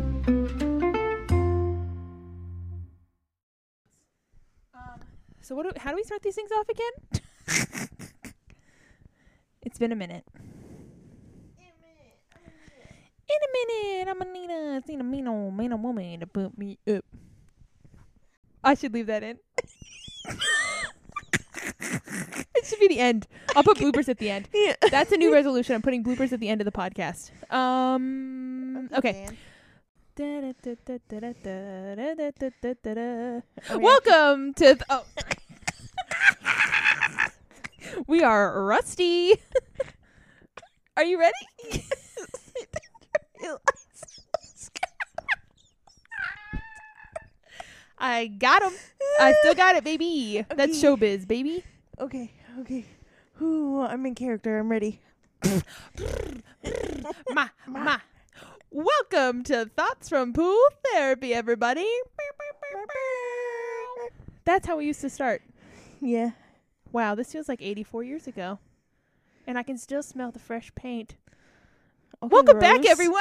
Um, So what? Do, how do we start these things off again? it's been a minute. In a minute, I'm gonna need a, need a mean old man or woman to put me up. I should leave that in. it should be the end. I'll put bloopers at the end. Yeah. That's a new resolution. I'm putting bloopers at the end of the podcast. Um. Okay. Welcome to th- oh. we are rusty. are you ready? I got him. I still got it, baby. That's Okay. showbiz, baby. Okay. Okay. Ooh, I'm in character. I'm ready. Ma, ma. Welcome to Thoughts from Pool Therapy, everybody. That's how we used to start. Yeah. Wow, this feels like 84 years ago. And I can still smell the fresh paint. Okay, Welcome back, Rose. everyone.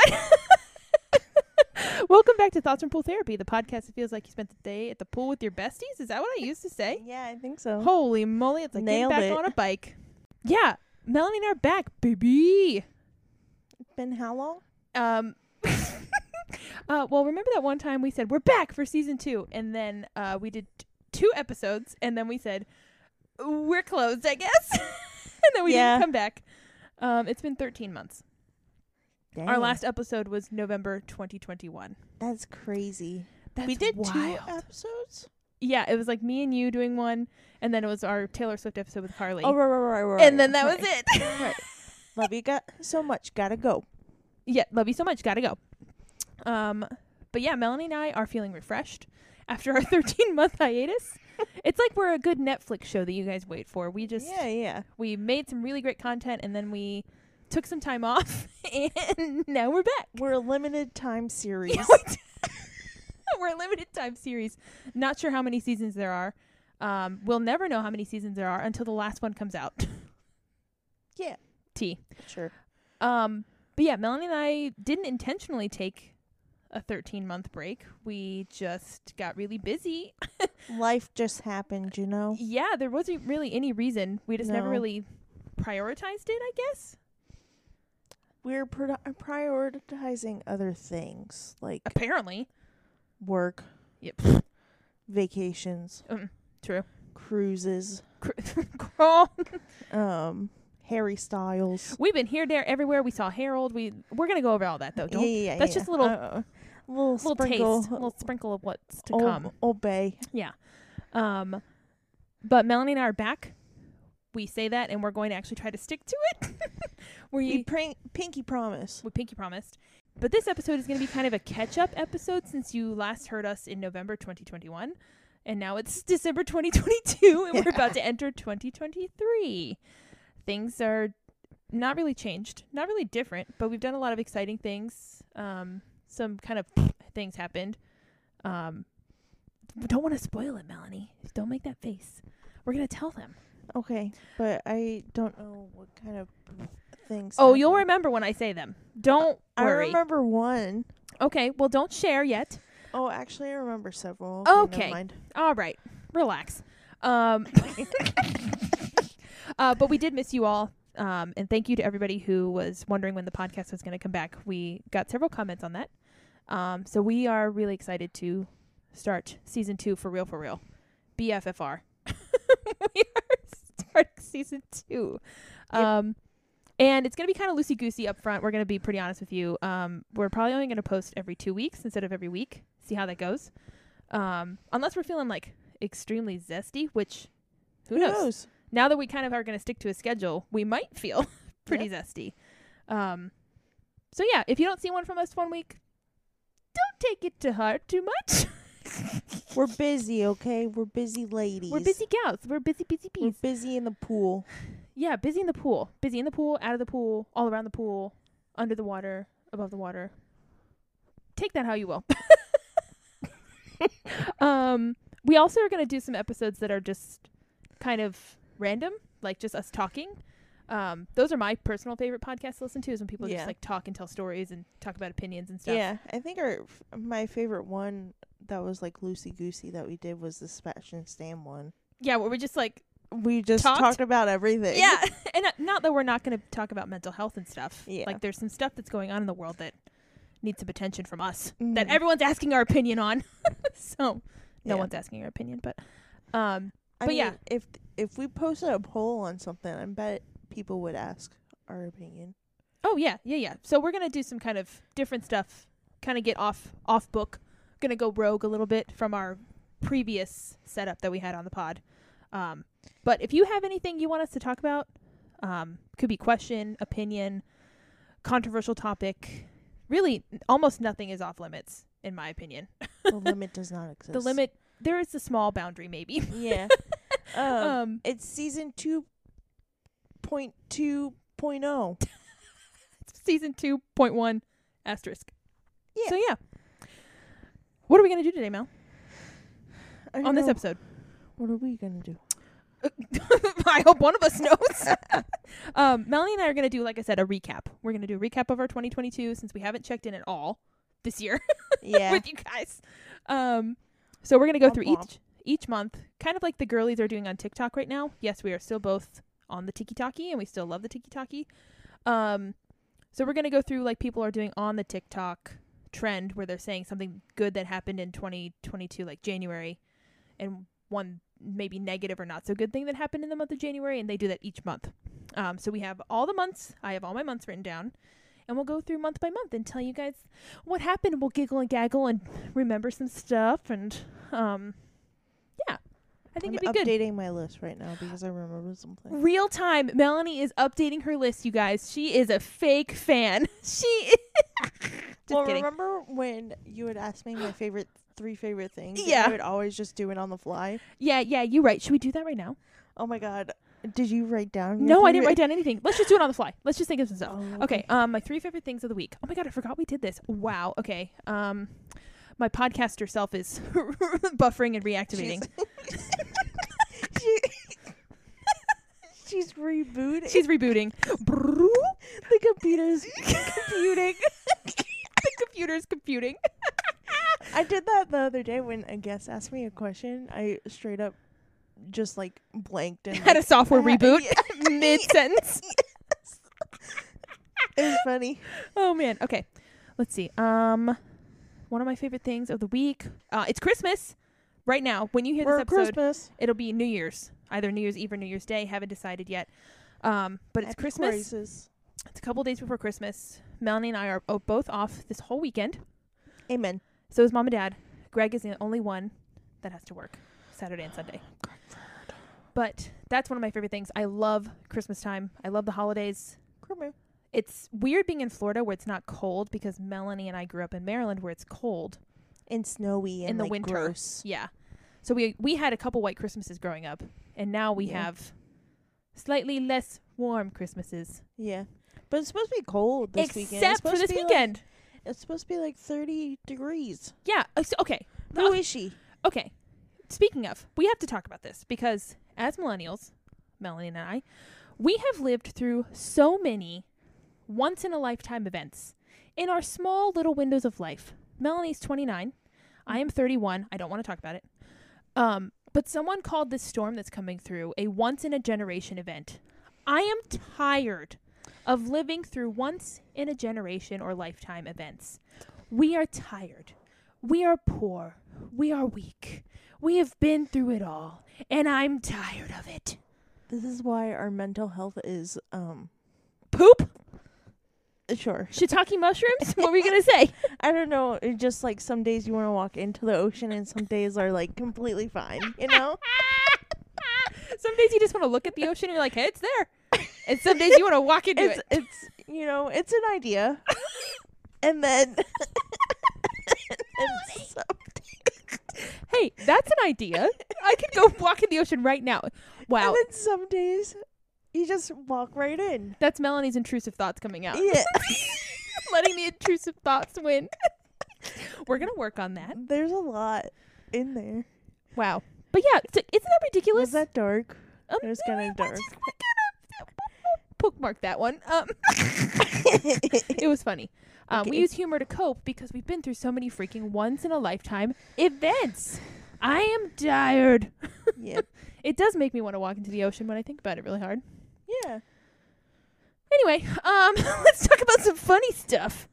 Welcome back to Thoughts from Pool Therapy, the podcast that feels like you spent the day at the pool with your besties. Is that what I used to say? Yeah, I think so. Holy moly, it's like Nailed getting back it. on a bike. Yeah, Melanie and I are back, baby. Been how long? Um, uh, well, remember that one time we said we're back for season two, and then uh, we did t- two episodes, and then we said we're closed, I guess, and then we Yeah. didn't come back. Um, it's been 13 months. Our Dang, last episode was November 2021. That's crazy. That's we did two wild. episodes. yeah, it was like me and you doing one, and then it was our Taylor Swift episode with Carly. Oh, right, right, right, right. and then that right. was it. Right. Love you got so much. Gotta go. yeah, love you so much. Gotta go. Um, but yeah, Melanie and I are feeling refreshed after our 13 month hiatus. it's like we're a good Netflix show that you guys wait for. We just yeah, yeah. we made some really great content and then we took some time off and now we're back. We're a limited time series. we're a limited time series. Not sure how many seasons there are. Um, we'll never know how many seasons there are until the last one comes out. Yeah. T. sure. Um, but yeah, Melanie and I didn't intentionally take a 13 month break. We just got really busy. Life just happened, you know. Yeah, there wasn't really any reason. We just never Oh. No. really prioritized it, I guess. We're pro- prioritizing other things like Apparently. work, Yep. vacations, Mm, true. cruises, Cr- Girl, um, Harry Styles. We've been here, there, everywhere. We saw Harold. We we're gonna go over all that though. Don't yeah, that's just a little- uh, little little sprinkle, uh, Oh. taste, little sprinkle of what's to ob- come. Obey. Um, but Melanie and I are back. We say that, and we're going to actually try to stick to it. we We prank, pinky promise. what Pinky promised. But this episode is going to be kind of a catch up episode since you last heard us in November 2021. And now it's December 2022, and we're about to enter 2023. Things are not really changed, not really different, but we've done a lot of exciting things. Um, some kind of things happened. Um, don't want to spoil it, Melanie. Don't make that face. We're going to tell them. Okay, but I don't know what kind of things. Oh, you'll happened. remember when I say them. Don't I worry. remember one. Okay, well, don't share yet. Oh, actually, I remember several. Okay. Never mind. All right, relax. Um, uh, but we did miss you all. Um, and thank you to everybody who was wondering when the podcast was going to come back. We got several comments on that. Um, so we are really excited to start season two for real, for real. BFFR. we are starting season two. Yep. Um, and it's going to be kind of loosey goosey up front. We're going to be pretty honest with you. Um, we're probably only going to post every two weeks instead of every week. See how that goes. Um, unless we're feeling like extremely zesty, which who Who knows? knows? Now that we kind of are going to stick to a schedule, we might feel pretty zesty. Um, so yeah, if you don't see one from us one week, don't take it to heart too much. We're busy, okay? We're busy ladies. We're busy gals. We're busy, busy We're bees. busy in the pool. Yeah, busy in the pool. Busy in the pool, out of the pool, all around the pool, under the water, above the water. Take that how you will. um, we also are going to do some episodes that are just kind of random, like just us talking. Um, those are my personal favorite podcasts to listen to is when people Yeah. just like talk and tell stories and talk about opinions and stuff. Yeah, I think our f- my favorite one that was like loosey goosey that we did was the Sebastian Stan one. yeah, where we just like We just Talked? talked, about everything. yeah, and uh, not that we're not going to talk about mental health and stuff. Yeah. like there's some stuff that's going on in the world that needs some attention from us that Mhm. everyone's asking our opinion on. so no Yeah. one's asking our opinion, but um, I but mean, yeah. if if we posted a poll on something, I bet people would ask our opinion. Oh yeah, yeah, yeah. So we're gonna do some kind of different stuff. Kind of get off off book. Gonna go rogue a little bit from our previous setup that we had on the pod. Um, but if you have anything you want us to talk about, um, could be question, opinion, controversial topic. Really, almost nothing is off limits, in my opinion. The limit does not exist. The limit there is a small boundary, maybe. Yeah. um, Um, it's season two point two point oh. season two point one asterisk. Yeah. So yeah. What are we gonna do today, Mel? I don't On this know. episode. what are we gonna do? I hope one of us knows. um, Melanie and I are going to do, like I said, a recap. We're going to do a recap of our 2022 since we haven't checked in at all this year Yeah. with you guys. Um, so we're going to go Womp through womp. each each month, kind of like the girlies are doing on TikTok right now. Yes, we are still both on the Tiki Talkie, and we still love the Tiki Talkie. Um, so we're going to go through like people are doing on the TikTok trend where they're saying something good that happened in 2022, like January, and one maybe negative or not so good thing that happened in the month of January, and they do that each month. Um, so we have all the months. I have all my months written down, and we'll go through month by month and tell you guys what happened. We'll giggle and gaggle and remember some stuff, and um, yeah, I think I'm it'd be good. updating my list right now because I remember something. Real time, Melanie is updating her list. You guys, she is a fake fan. She is. just well, kidding. remember when you would ask me my favorite three favorite things? and Yeah. I would always just do it on the fly. Yeah, yeah, you're right. Should we do that right now? Oh my god. Did you write down? your No, I didn't write favorite- down anything. Let's just do it on the fly. Let's just think of some stuff. Oh, Okay, um, my three favorite things of the week. Oh my god, I forgot we did this. Wow. Okay. Um, my podcaster self is buffering and reactivating. She- she's rebooting. She's, rebooting. the computer's computing. the computer's computing. I did that the other day when a guest asked me a question. I straight up just like blanked and Had a like, software Uh, Yeah. reboot mid sentence. it was funny. Oh man. Okay. Let's see. Um, one of my favorite things of the week. Uh, it's Christmas right now. When you hear We're this at episode, Christmas. it'll be New Year's, either New Year's Eve or New Year's Day. Haven't decided yet. Um, but it's Happy Christmas. Christmas. It's a couple days before Christmas. Melanie and I are o- both off this whole weekend. Amen. So is mom and dad. Greg is the only one that has to work Saturday and Sunday. But that's one of my favorite things. I love Christmas time. I love the holidays. Christmas. It's weird being in Florida where it's not cold because Melanie and I grew up in Maryland where it's cold. And snowy and In the like, winter. gross. Yeah. So we we had a couple white Christmases growing up, and now we Yeah. have slightly less warm Christmases. Yeah. But it's supposed to be cold this except weekend. It's for supposed to this be, like- weekend. it's supposed to be like 30 degrees. yeah. uh, so- Okay. Who is she? Okay. Speaking of, we have to talk about this because as millennials, Melanie and I, we have lived through so many once in a lifetime events in our small little windows of life. Melanie's 29. I am 31. I don't want to talk about it. Um, but someone called this storm that's coming through a once in a generation event. I am tired of living through once in a generation or lifetime events. We are tired. We are poor. We are weak. We have been through it all, and I'm tired of it. This is why our mental health is um Poop? sure. Shiitake mushrooms? what were you going to say? I don't know. It just like some days you want to walk into the ocean and some days are like completely fine, you know? some days you just want to look at the ocean and you're like, hey, it's there. And some days you want to walk into it's it. it's you know, it's an idea. and then and some Hey, that's an idea. I could go walk in the ocean right now. Wow. And then some days you just walk right in. That's Melanie's intrusive thoughts coming out. Yeah. Letting the intrusive thoughts win. We're going to work on that. There's a lot in there. Wow. But yeah, t- isn't that ridiculous? Was that dark? Um, It was no, kinda I dark. just- we're gonna- we'll bookmark that one. Um, it was funny. Um, We Okay. use humor to cope because we've been through so many freaking once in a lifetime events. I am tired. yep. It does make me want to walk into the ocean when I think about it really hard. Yeah. Anyway, um, let's talk about some funny stuff.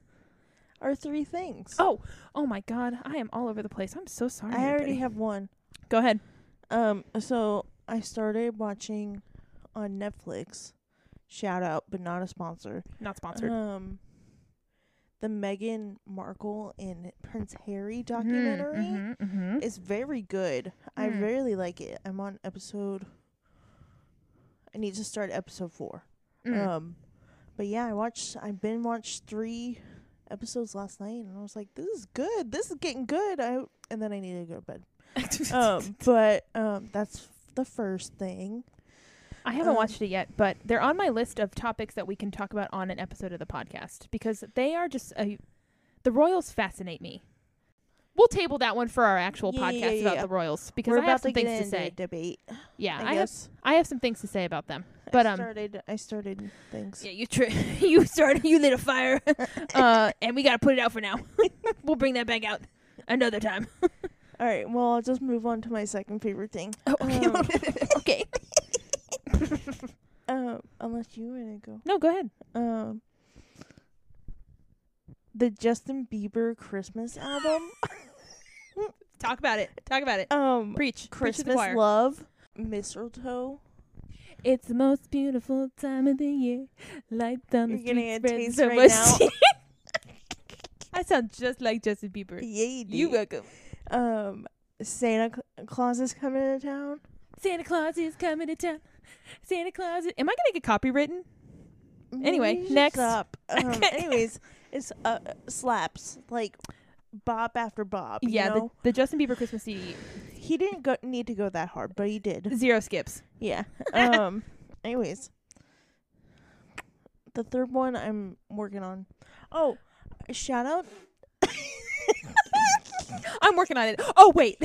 Our three things. Oh, oh my God, I am all over the place. I'm so sorry. I already everybody. have one. Go ahead. Um, so I started watching on Netflix. Shout out, but not a sponsor. Not sponsored. Um, the Meghan Markle and Prince Harry Mhm, documentary. mhm, mhm. It's very good. I Mm. really like it. I'm on episode. I need to start episode four. Mm. Um, but yeah, I watched. I been watched three episodes last night, and I was like, "This is good. This is getting good." I and then I needed to go to bed. Mm. Um, but um, that's the first thing. I haven't um, watched it yet, but they're on my list of topics that we can talk about on an episode of the podcast because they are just a, the Royals fascinate me. We'll table that one for our actual Yeah, podcast yeah, yeah, about yeah. the Royals because We're I about have some to get things to into say. a debate. Yeah, I, I, have guess. I have some things to say about them. but, I um, started. I started things. Yeah, you tri- you started you lit a fire, uh, and we gotta put it out for now. we'll bring that back out another time. All right. Well, I'll just move on to my second favorite thing. Oh, okay, Um, okay. Um, unless you want to go. No, go ahead. Um, the Justin Bieber Christmas album. Talk about it. Talk about it. Um, Preach. Preach to the Christmas choir. Love, Mistletoe. It's the most beautiful time of the year. Light down the You're getting a street spread taste so much right now. I sound just like Justin Bieber. Yeah, you, You did. welcome. Um, Santa Cl- Claus is coming to town. Santa Claus is coming to town. Santa Claus. Is- Am I gonna get copywritten? Uh, Anyway, Maybe you should next. stop. Mm, Um, anyways, it's uh, slaps like bop after bop. you yeah, the, know? the Justin Bieber Christmas CD. he didn't go- need to go that hard, but he did. Zero skips. Yeah. Um. anyways, the third one I'm working on. Oh, shout out. I'm working on it. Oh wait.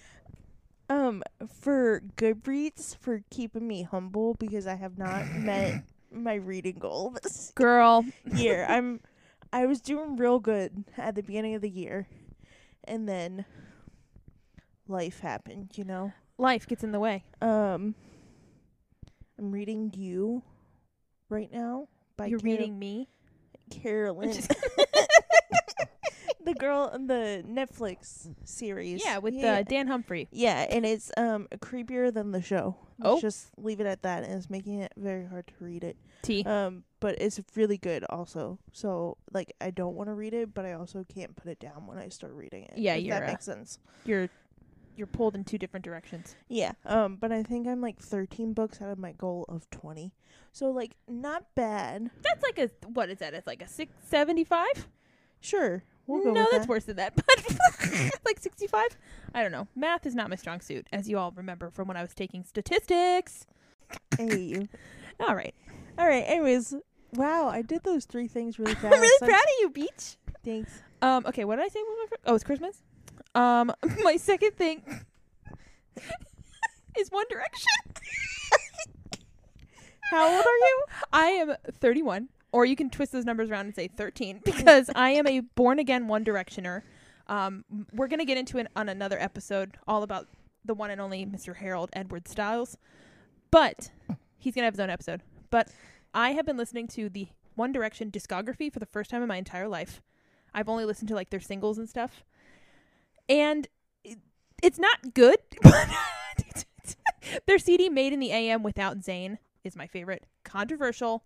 um for Goodreads for keeping me humble because I have not met my reading goal this Girl, year. I'm I was doing real good at the beginning of the year, and then life happened. You know. life gets in the way. Um. I'm reading you right now. By You're Carol- reading me. Carolyn. Just- the girl in the Netflix series. yeah, with Uh, Dan Humphrey. Yeah, and it's um creepier than the show. Oh. Let's just leave it at that, and it's making it very hard to read it. T. Um, but it's really good also. So like, I don't want to read it, but I also can't put it down when I start reading it. Yeah, if you're, that uh, makes sense. you're you're pulled in two different directions. Yeah. Um, but I think I'm like 13 books out of my goal of 20, so like not bad. That's like a what is that? It's like a six seventy five? Sure, we'll go no, with that's that. worse than that. But like sixty five? I don't know. Math is not my strong suit, as you all remember from when I was taking statistics. Hey, you. All right. All right. Anyways, wow, I did those three things really fast. I'm really I'm- proud of you, Beach. Thanks. Um, okay, what did I say? What was my fir- oh, it's Christmas. Um, my second thing is One Direction. How old are you? I am 31, or you can twist those numbers around and say 13 because I am a born again One Directioner. Um, m- we're gonna get into it on another episode all about the one and only Mr. Harold Edward Styles, but he's gonna have his own episode. But I have been listening to the One Direction discography for the first time in my entire life. I've only listened to like their singles and stuff, and it, it's not good. but their CD "Made in the AM" without Zayn is my favorite. Controversial,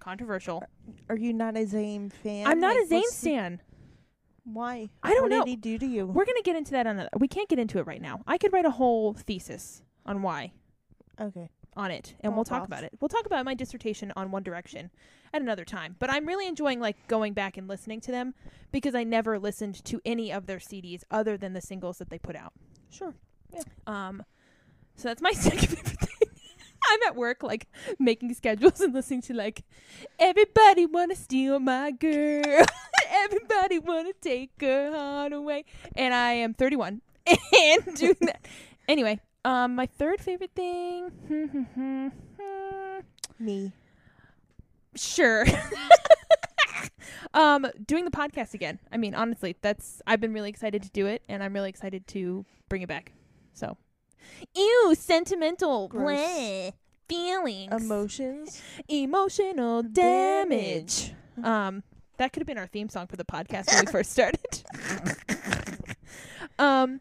controversial. Are you not a Zayn fan? I'm not Like, a Zayn what's the- stan. Why? I don't what know. did he do to you? We're gonna get into that on. A, we can't get into it right now. I could write a whole thesis on why okay. on it and we'll Pop talk off. about it. We'll talk about my dissertation on One Direction at another time. But I'm really enjoying like going back and listening to them because I never listened to any of their CDs other than the singles that they put out. Sure. Um so that's my second favorite thing. I'm at work like making schedules and listening to like everybody wanna steal my girl. everybody wanna take her heart away. And I am 31 and doing that. Anyway, um my third favorite hmm, thing. Me. sure. um, doing the podcast again. I mean, honestly, that's I've been really excited to do it, and I'm really excited to bring it back. So, ew, sentimental Gross. bleh, feelings, Emotions. emotional damage. Um, that could have been our theme song for the podcast when we first started. um,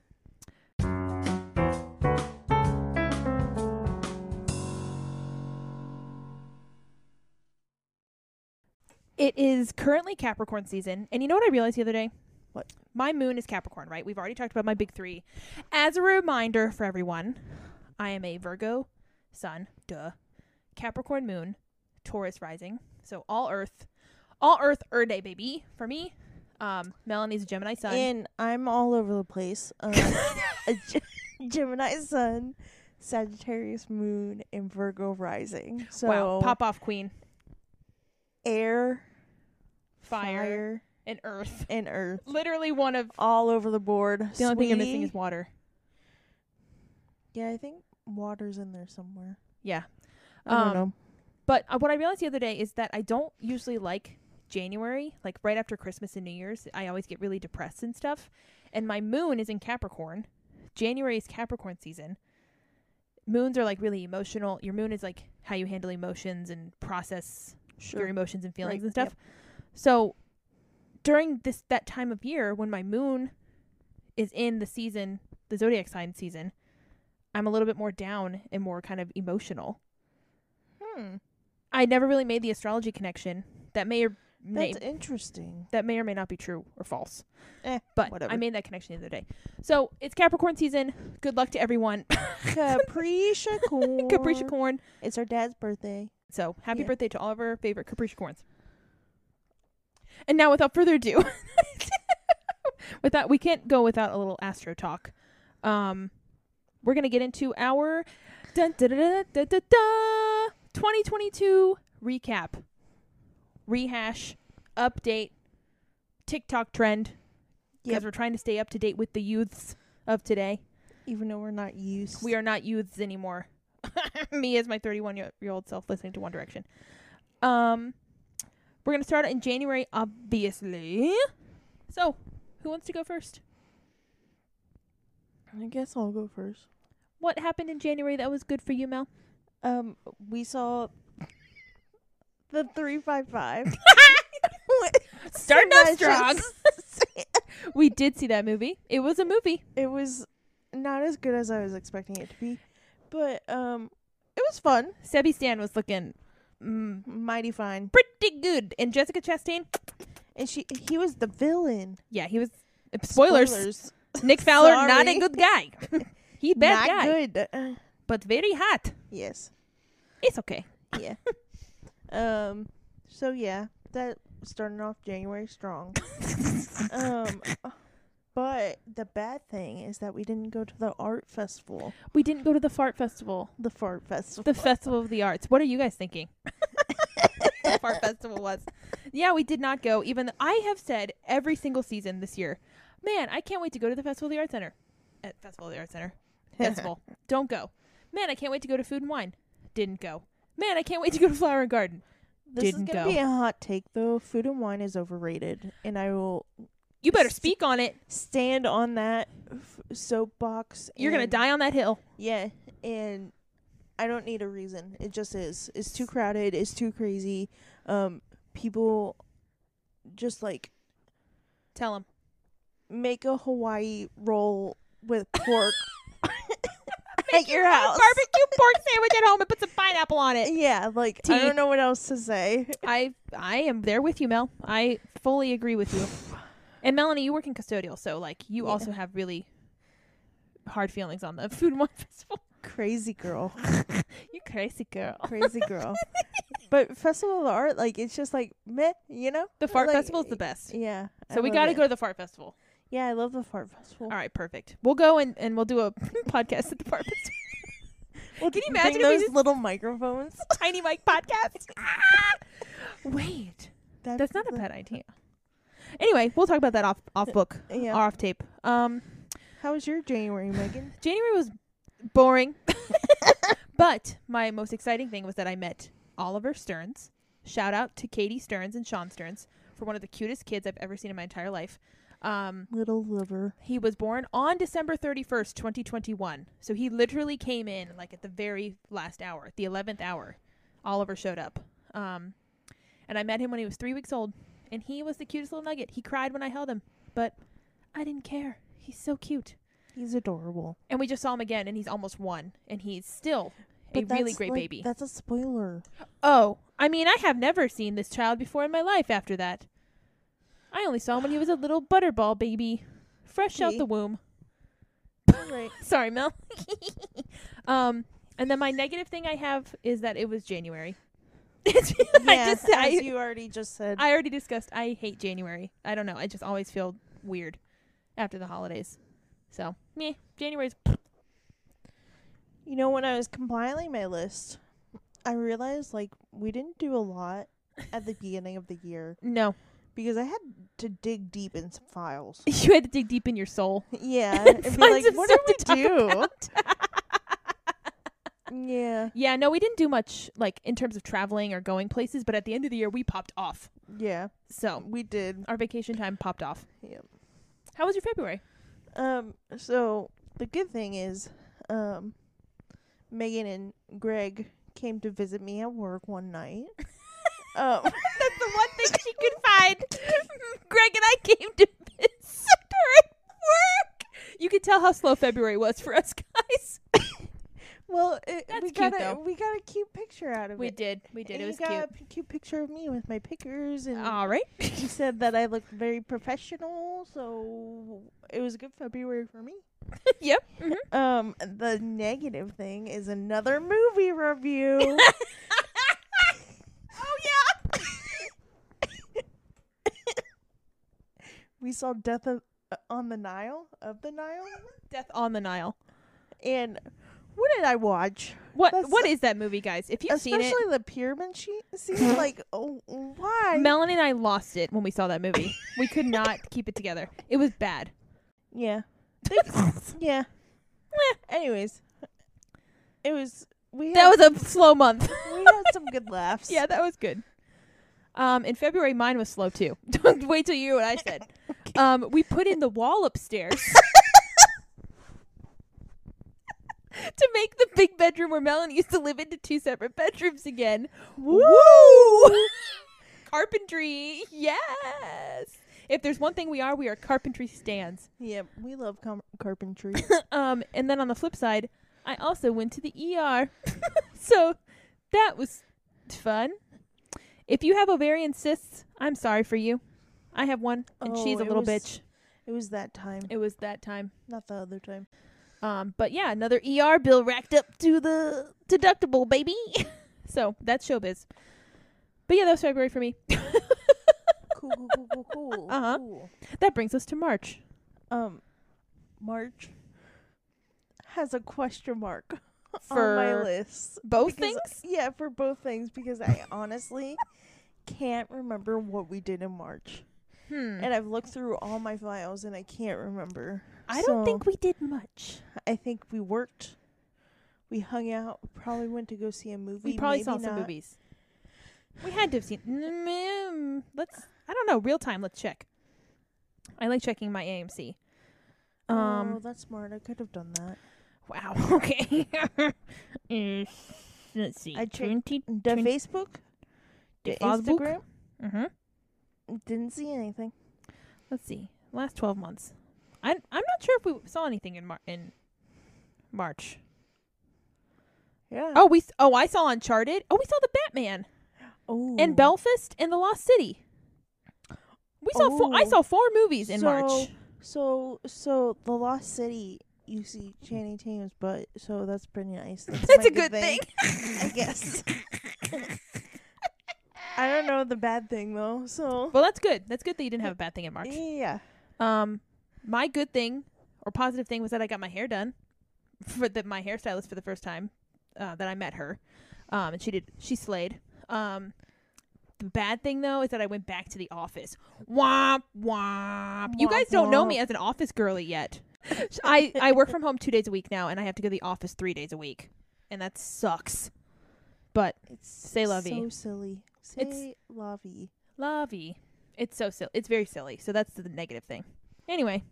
it is currently Capricorn season, and you know what I realized the other day? What? My moon is Capricorn, right? We've already talked about my big three. As a reminder for everyone, I am a Virgo sun, duh, Capricorn moon, Taurus rising. So all Earth, all Earth, Er day, baby, for me. Um, Melanie's a Gemini sun. And I'm all over the place. Um, a Ge- Gemini Sun, Sagittarius Moon, and Virgo Rising. So wow, pop off queen, air, fire, fire, and Earth. and earth. Literally one of All over the board. the only thing you're missing sweetie. is water. Yeah, I think water's in there somewhere. Yeah, I Um, don't know. But uh, what I realized the other day is that I don't usually like January, like right after Christmas and New Year's. I always get really depressed and stuff. And my moon is in Capricorn. January is Capricorn season. Moons are like really emotional. Your moon is like how you handle emotions and process your emotions and feelings Right, and stuff. So during this that time of year when my moon is in the season, the zodiac sign season, I'm a little bit more down and more kind of emotional. Hmm. I never really made the astrology connection. That may or may, That's interesting. that may or may not be true or false. Eh, but I whatever. made that connection the other day. So it's Capricorn season. Good luck to everyone. Capricia Corn. Capricorn. It's our dad's birthday. So happy Yeah. birthday to all of our favorite Capricorns. And now, without further ado, without we can't go without a little astro talk. Um, we're gonna get into our dun, dun, dun, dun, dun, dun, dun, 2022 recap, rehash, update, TikTok trend, because Yep. we're trying to stay up to date with the youths of today. Even though we're not used. We are not youths anymore. Me as my 31 year year old self listening to One Direction. Um, we're gonna start in January, obviously. So, who wants to go first? I guess I'll go first. What happened in January that was good for you, Mel? Um, we saw the three five five. Starting off strong. We did see that movie. It was a movie. it was not as good as I was expecting it to be, but um, it was fun. Sebby Stan was looking mm, Mighty fine. pretty good, and Jessica Chastain. And she, he was the villain. Yeah, he was. uh, Spoilers. Nick Fowler, not a Sorry. good guy. he bad not guy, good. Uh, but very hot. yes. It's okay. Yeah. um. So yeah, that starting off January strong. um. But the bad thing is that we didn't go to the art festival. We didn't go to the fart festival. The fart festival. The Festival of the Arts. What are you guys thinking? the fart festival was. Yeah, we did not go. Even though I have said every single season this year, man, I can't wait to go to the Festival of the Arts Center. At Festival of the Arts Center. Festival. Don't go. Man, I can't wait to go to Food and Wine. Didn't go. Man, I can't wait to go to Flower and Garden. This didn't is gonna go. be a hot take though. Food and wine is overrated, and I will You better speak on it. stand on that f- soapbox. You're gonna and- die on that hill. Yeah, and I don't need a reason. It just is. It's too crowded. It's too crazy. Um, people just like Tell him. make a Hawaii roll with pork at your house. Barbecue pork sandwich at home and put some pineapple on it. Yeah, like I Tea. don't know what else to say. I I am there with you, Mel. I fully agree with you. And Melanie, you work in custodial, so like you Yeah. also have really hard feelings on the food and wine festival. Crazy girl. You crazy girl. Crazy girl. but Festival of the Art, like it's just like meh, you know? The fart Like, festival is the best. Yeah. I So we love gotta it. Oh. go to the fart festival. Yeah, I love the fart festival. All right, perfect. We'll go and, and we'll do a podcast at the fart festival. Well, Can you bring imagine if we those just- little microphones? Tiny Mike podcast. Ah! Wait, That- that's not a bad idea. Anyway, we'll talk about that off off book, Yeah. or off tape. Um, How was your January, Megan? January was boring, but my most exciting thing was that I met Oliver Stearns. Shout out to Katie Stearns and Sean Stearns for one of the cutest kids I've ever seen in my entire life. Um, Little liver. he was born on December 31st, 2021. So he literally came in like at the very last hour, the 11th hour. Oliver showed up. Um, and I met him when he was three weeks old. And he was the cutest little nugget. He cried when I held him, but I didn't care. He's so cute. He's adorable. And we just saw him again, and he's almost one. And he's still a really that's, great like, baby. That's a spoiler. Oh, I mean, I have never seen this child before in my life after that. I only saw him when he was a little butterball baby, fresh out See? the womb. right. Sorry, Mel. um, and then my negative thing I have is that it was January. I just I, as you already just said. I already discussed I hate January. I don't know. I just always feel weird after the holidays. So, meh, January's you know, when I was compiling my list, I realized like we didn't do a lot at the beginning of the year no. because I had to dig deep in some files. You had to dig deep in your soul. Yeah, And and be find like, some what stuff did to we do? yeah, Yeah, no, we didn't do much like in terms of traveling or going places, but at the end of the year we popped off. yeah, So, we did. our vacation time popped off. Yep. How was your February? Um, so the good thing is, um, Megan and Greg came to visit me at work one night. um, That's the one thing she could find. Greg and I came to visit her at work. You could tell how slow February was for us guys. well, it, That's we cute, got though. a we got a cute picture out of We it. did. We did. It And you was got cute. a p- cute picture of me with my pickers, and All right. he said that I looked very professional, so it was a good February for me. yep. Um, the negative thing is another movie review. Oh yeah. we saw Death of, uh, on the Nile of the Nile, Death on the Nile. and what did I watch? What That's- what is that movie, guys? If you've seen Especially it, the pyramid she scene. like, oh, why? Melanie and I lost it when we saw that movie. we could not keep it together. It was bad. yeah, yeah. Anyways, it was we. Had, that was a slow month. we had some good laughs. yeah, that was good. Um, in February, mine was slow too. Wait till you hear what I said. Uh, Um, we put in the wall upstairs to make the big bedroom where Melanie used to live into two separate bedrooms again. Woo! Carpentry, yes. If there's one thing we are, we are carpentry stands. yeah. We love com- carpentry. Um, and then on the flip side, I also went to the ER. so that was fun. If you have ovarian cysts, I'm sorry for you. I have one, and Oh, she's a it little was- bitch. it was that time, It was that time. not the other time. Um, but yeah, another ER bill racked up to the deductible, baby. so that's showbiz. But yeah, that was February for me. Cool, cool, cool, cool, cool. Uh-huh. cool. That brings us to March. Um, March has a question mark on my For list. both Uh-uh, because- things? Yeah, for both things because I honestly can't remember what we did in March. Hmm. And I've looked through all my files and I can't remember. I don't so- think we did much. I think we worked, we hung out, probably went to go see a movie. We probably maybe saw some not. movies. We had to have seen. Mm, let's. I don't know. Real time. Let's check. I like checking my AMC. oh, Um. that's smart. I could have done that. Oh. Wow. Okay. Uh, let's see. I checked Twenty. The Twin- Facebook, the Facebook? Instagram, Mm-hmm. didn't see anything. Let's see. Last twelve months. I'm. I'm not sure if we saw anything in Mar- in March. Yeah. Oh, we. s Oh, I saw Uncharted. Oh, we saw the Batman Oh. and Belfast and the Lost City. We saw. Four, I Oh. saw four movies in March. So- So, so the Lost City, you see Channing Tatum's butt. So that's pretty nice. That's, That's my a good thing. I guess. I don't know the bad thing though. So Well, that's good. That's good that you didn't have a bad thing in March. yeah, Um, my good thing or positive thing was that I got my hair done for the, my hairstylist for the first time uh, that I met her. Um, and she did. She slayed. Um, the bad thing though is that I went back to the office. Womp womp. You Womp, guys don't know womp. me as an office girly yet. I I work from home two days a week now, and I have to go to the office three days a week, and that sucks. But it's Say la vie. So silly. Say It's- la vie. lovey, It's so silly. It's very silly. So that's the negative thing. Anyway,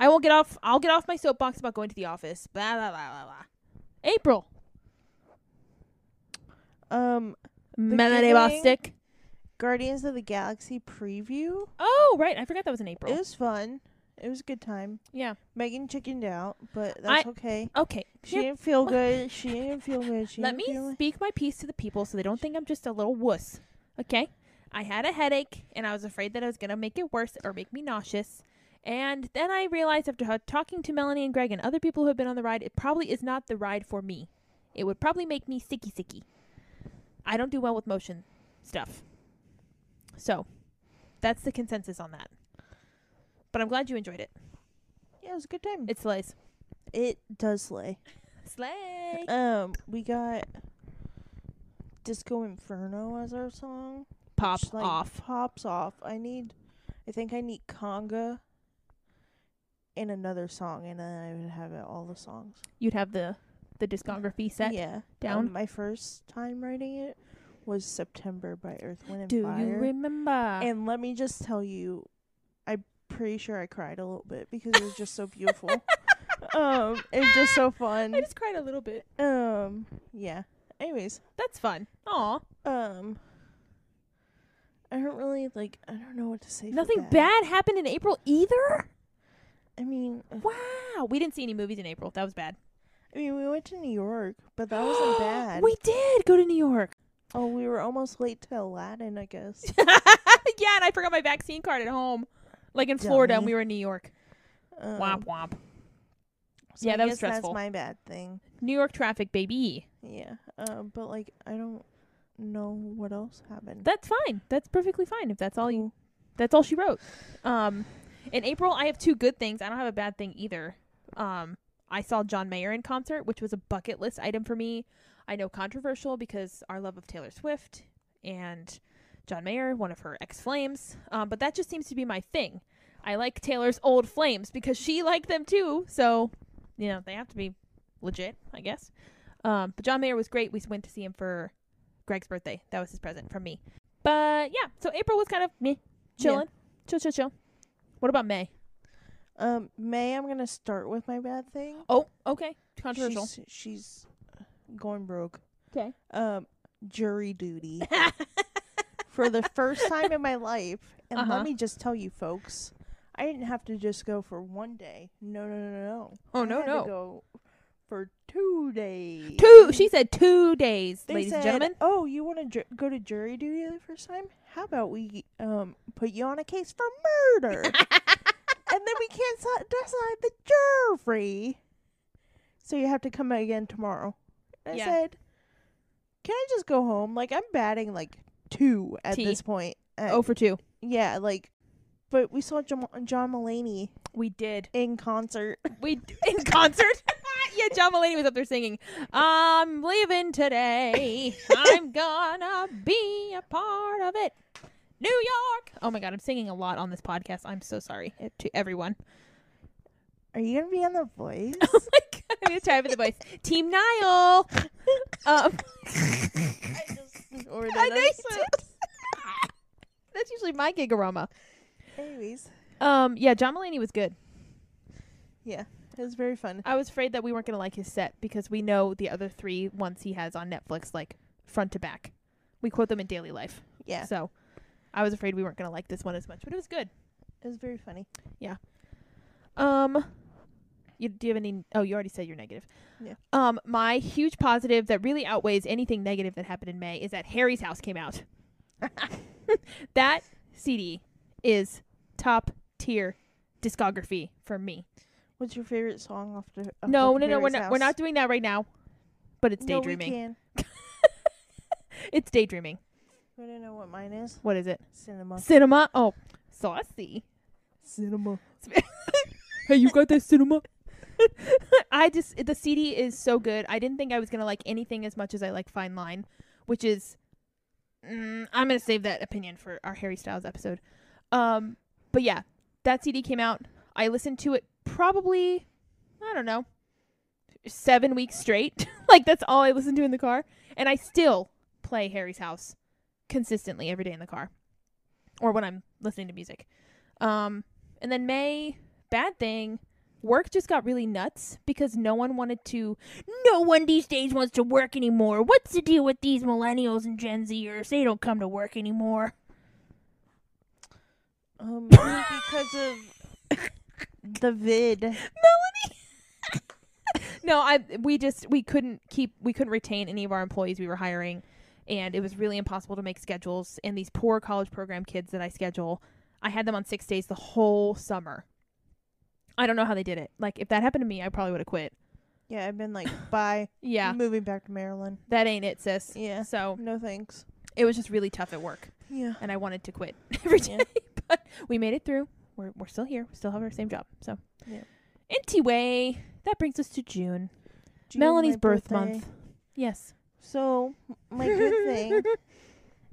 I won't get off. I'll get off my soapbox about going to the office. Blah blah blah blah blah. April, Um, Melanie Giving. Bostick. Guardians of the Galaxy preview. Oh right, I forgot that was in April. It was fun. It was a good time. yeah. Megan chickened out, but that's okay. Okay. She Yep. didn't feel good. She didn't feel good. She Let didn't me feel- speak my piece to the people so they don't think I'm just a little wuss. Okay? I had a headache and I was afraid that I was going to make it worse or make me nauseous. And then I realized after ho- talking to Melanie and Greg and other people who have been on the ride, it probably is not the ride for me. It would probably make me sicky sicky. I don't do well with motion stuff. So, that's the consensus on that. But I'm glad you enjoyed it. Yeah, it was a good time. It, It slays. does lay. Slay! Um, we got Disco Inferno as our song. Pop which, like, off. Pops off. I need. I think I need conga. And another song, and then I would have it all the songs. You'd have the the discography set. yeah. down? Um, my first time writing it was September by Earth, Wind, and Do Fire. you remember? And let me just tell you, I'm pretty sure I cried a little bit because it was just so beautiful. um, it was just so fun. I just cried a little bit. Um, yeah. Anyways, That's fun. Aw, um, I don't really like. I don't know what to say. for nothing that. bad happened in April either. I mean, I Wow, we didn't see any movies in April. That was bad. mean, we went to New York, but that wasn't bad. We did go to New York. oh, we were almost late to Aladdin, I guess. yeah, and I forgot my vaccine card at home, like in Florida, and Dummy. we were in New York. Um, Womp womp. so Yeah, I that was guess stressful. That's my bad thing. New York traffic, baby. Yeah. Um, but like, I don't know what else happened. That's fine. That's perfectly fine if that's all you. That's all she wrote. Um, in April, I have two good things. I don't have a bad thing either. Um, I saw John Mayer in concert, which was a bucket list item for me. I know controversial because our love of Taylor Swift and John Mayer, one of her ex flames. Um, but that just seems to be my thing. I like Taylor's old flames because she liked them too. So, you know, they have to be legit, I guess. Um, but John Mayer was great. We went to see him for Greg's birthday. That was his present from me. But yeah, so April was kind of meh, chilling, chill, chill, chill. What about May? Um, May, I'm gonna start with my bad thing. Oh, okay, controversial. She's, she's going broke. 'Kay. Um, jury duty for the first time in my life, and Uh-huh. let me just tell you, folks, I didn't have to just go for one day. No, no, no, no, no. Oh, I no, had to no. go for two days. Two. She said two days, They ladies said, and gentlemen. "Oh, you want to ju- go to jury duty the first time? How about we um put you on a case for murder, and then we can't si- decide the jury, so you have to come again tomorrow." I Yeah. said, "Can I just go home? Like I'm batting like two at Tea. this point. Uh, Oh for two. yeah, like." But we saw Jam- John Mulaney We did. in concert. We d- in concert. yeah, John Mulaney was up there singing. I'm leaving today. I'm gonna be a part of it. New York. Oh my God, I'm singing a lot on this podcast. I'm so sorry eh, to everyone. Are you gonna be on The Voice? Oh my god, I need to try for the voice. Team Niall. Um, I just snorted. I know I'm you so- did. That's usually my gigorama. Anyways, Um, yeah, John Mulaney was good. yeah, it was very fun. I was afraid that we weren't gonna like his set because we know the other three ones he has on Netflix, like front to back. We quote them in daily life. Yeah, So I was afraid we weren't gonna like this one as much, but it was good. it was very funny. Um, you do you have any? Oh, you already said you're negative. Yeah. Um, my huge positive that really outweighs anything negative that happened in May is that Harry's House came out. that CD is top tier discography for me. What's your favorite song off the? off no, of no, no, we're Harry's not. We're House? not doing that right now. But it's No, we daydreaming. can. it's daydreaming. We don't know what mine is. What is it? Cinema. Cinema. Oh, saucy. Cinema. hey, you got that cinema? I just the CD is so good. I didn't think I was gonna like anything as much as I like Fine Line, which is mm, I'm gonna save that opinion for our Harry Styles episode. Um, but yeah, that CD came out. I listened to it probably I don't know seven weeks straight. like that's all I listened to in the car, and I still play Harry's House consistently every day in the car, or when I'm listening to music. Um, and then May, bad thing, work just got really nuts because no one wanted to. No one these days wants to work anymore. What's the deal with these millennials and Gen Zers? They don't come to work anymore. Um, maybe because of the vid. No, I we just we couldn't keep we couldn't retain any of our employees we were hiring, and it was really impossible to make schedules. And these poor college program kids that I schedule, I had them on six days the whole summer. I don't know how they did it. Like if that happened to me, I probably would have quit. Yeah, I've been like, bye. Yeah, Moving back to Maryland. that ain't it, sis. Yeah. So No thanks. it was just really tough at work, Yeah. and I wanted to quit every day, Yeah. but we made it through. We're we're still here. We still have our same job. So Yeah. Anyway, that brings us to June, June, Melanie's my birth birthday. month. Yes. So my good thing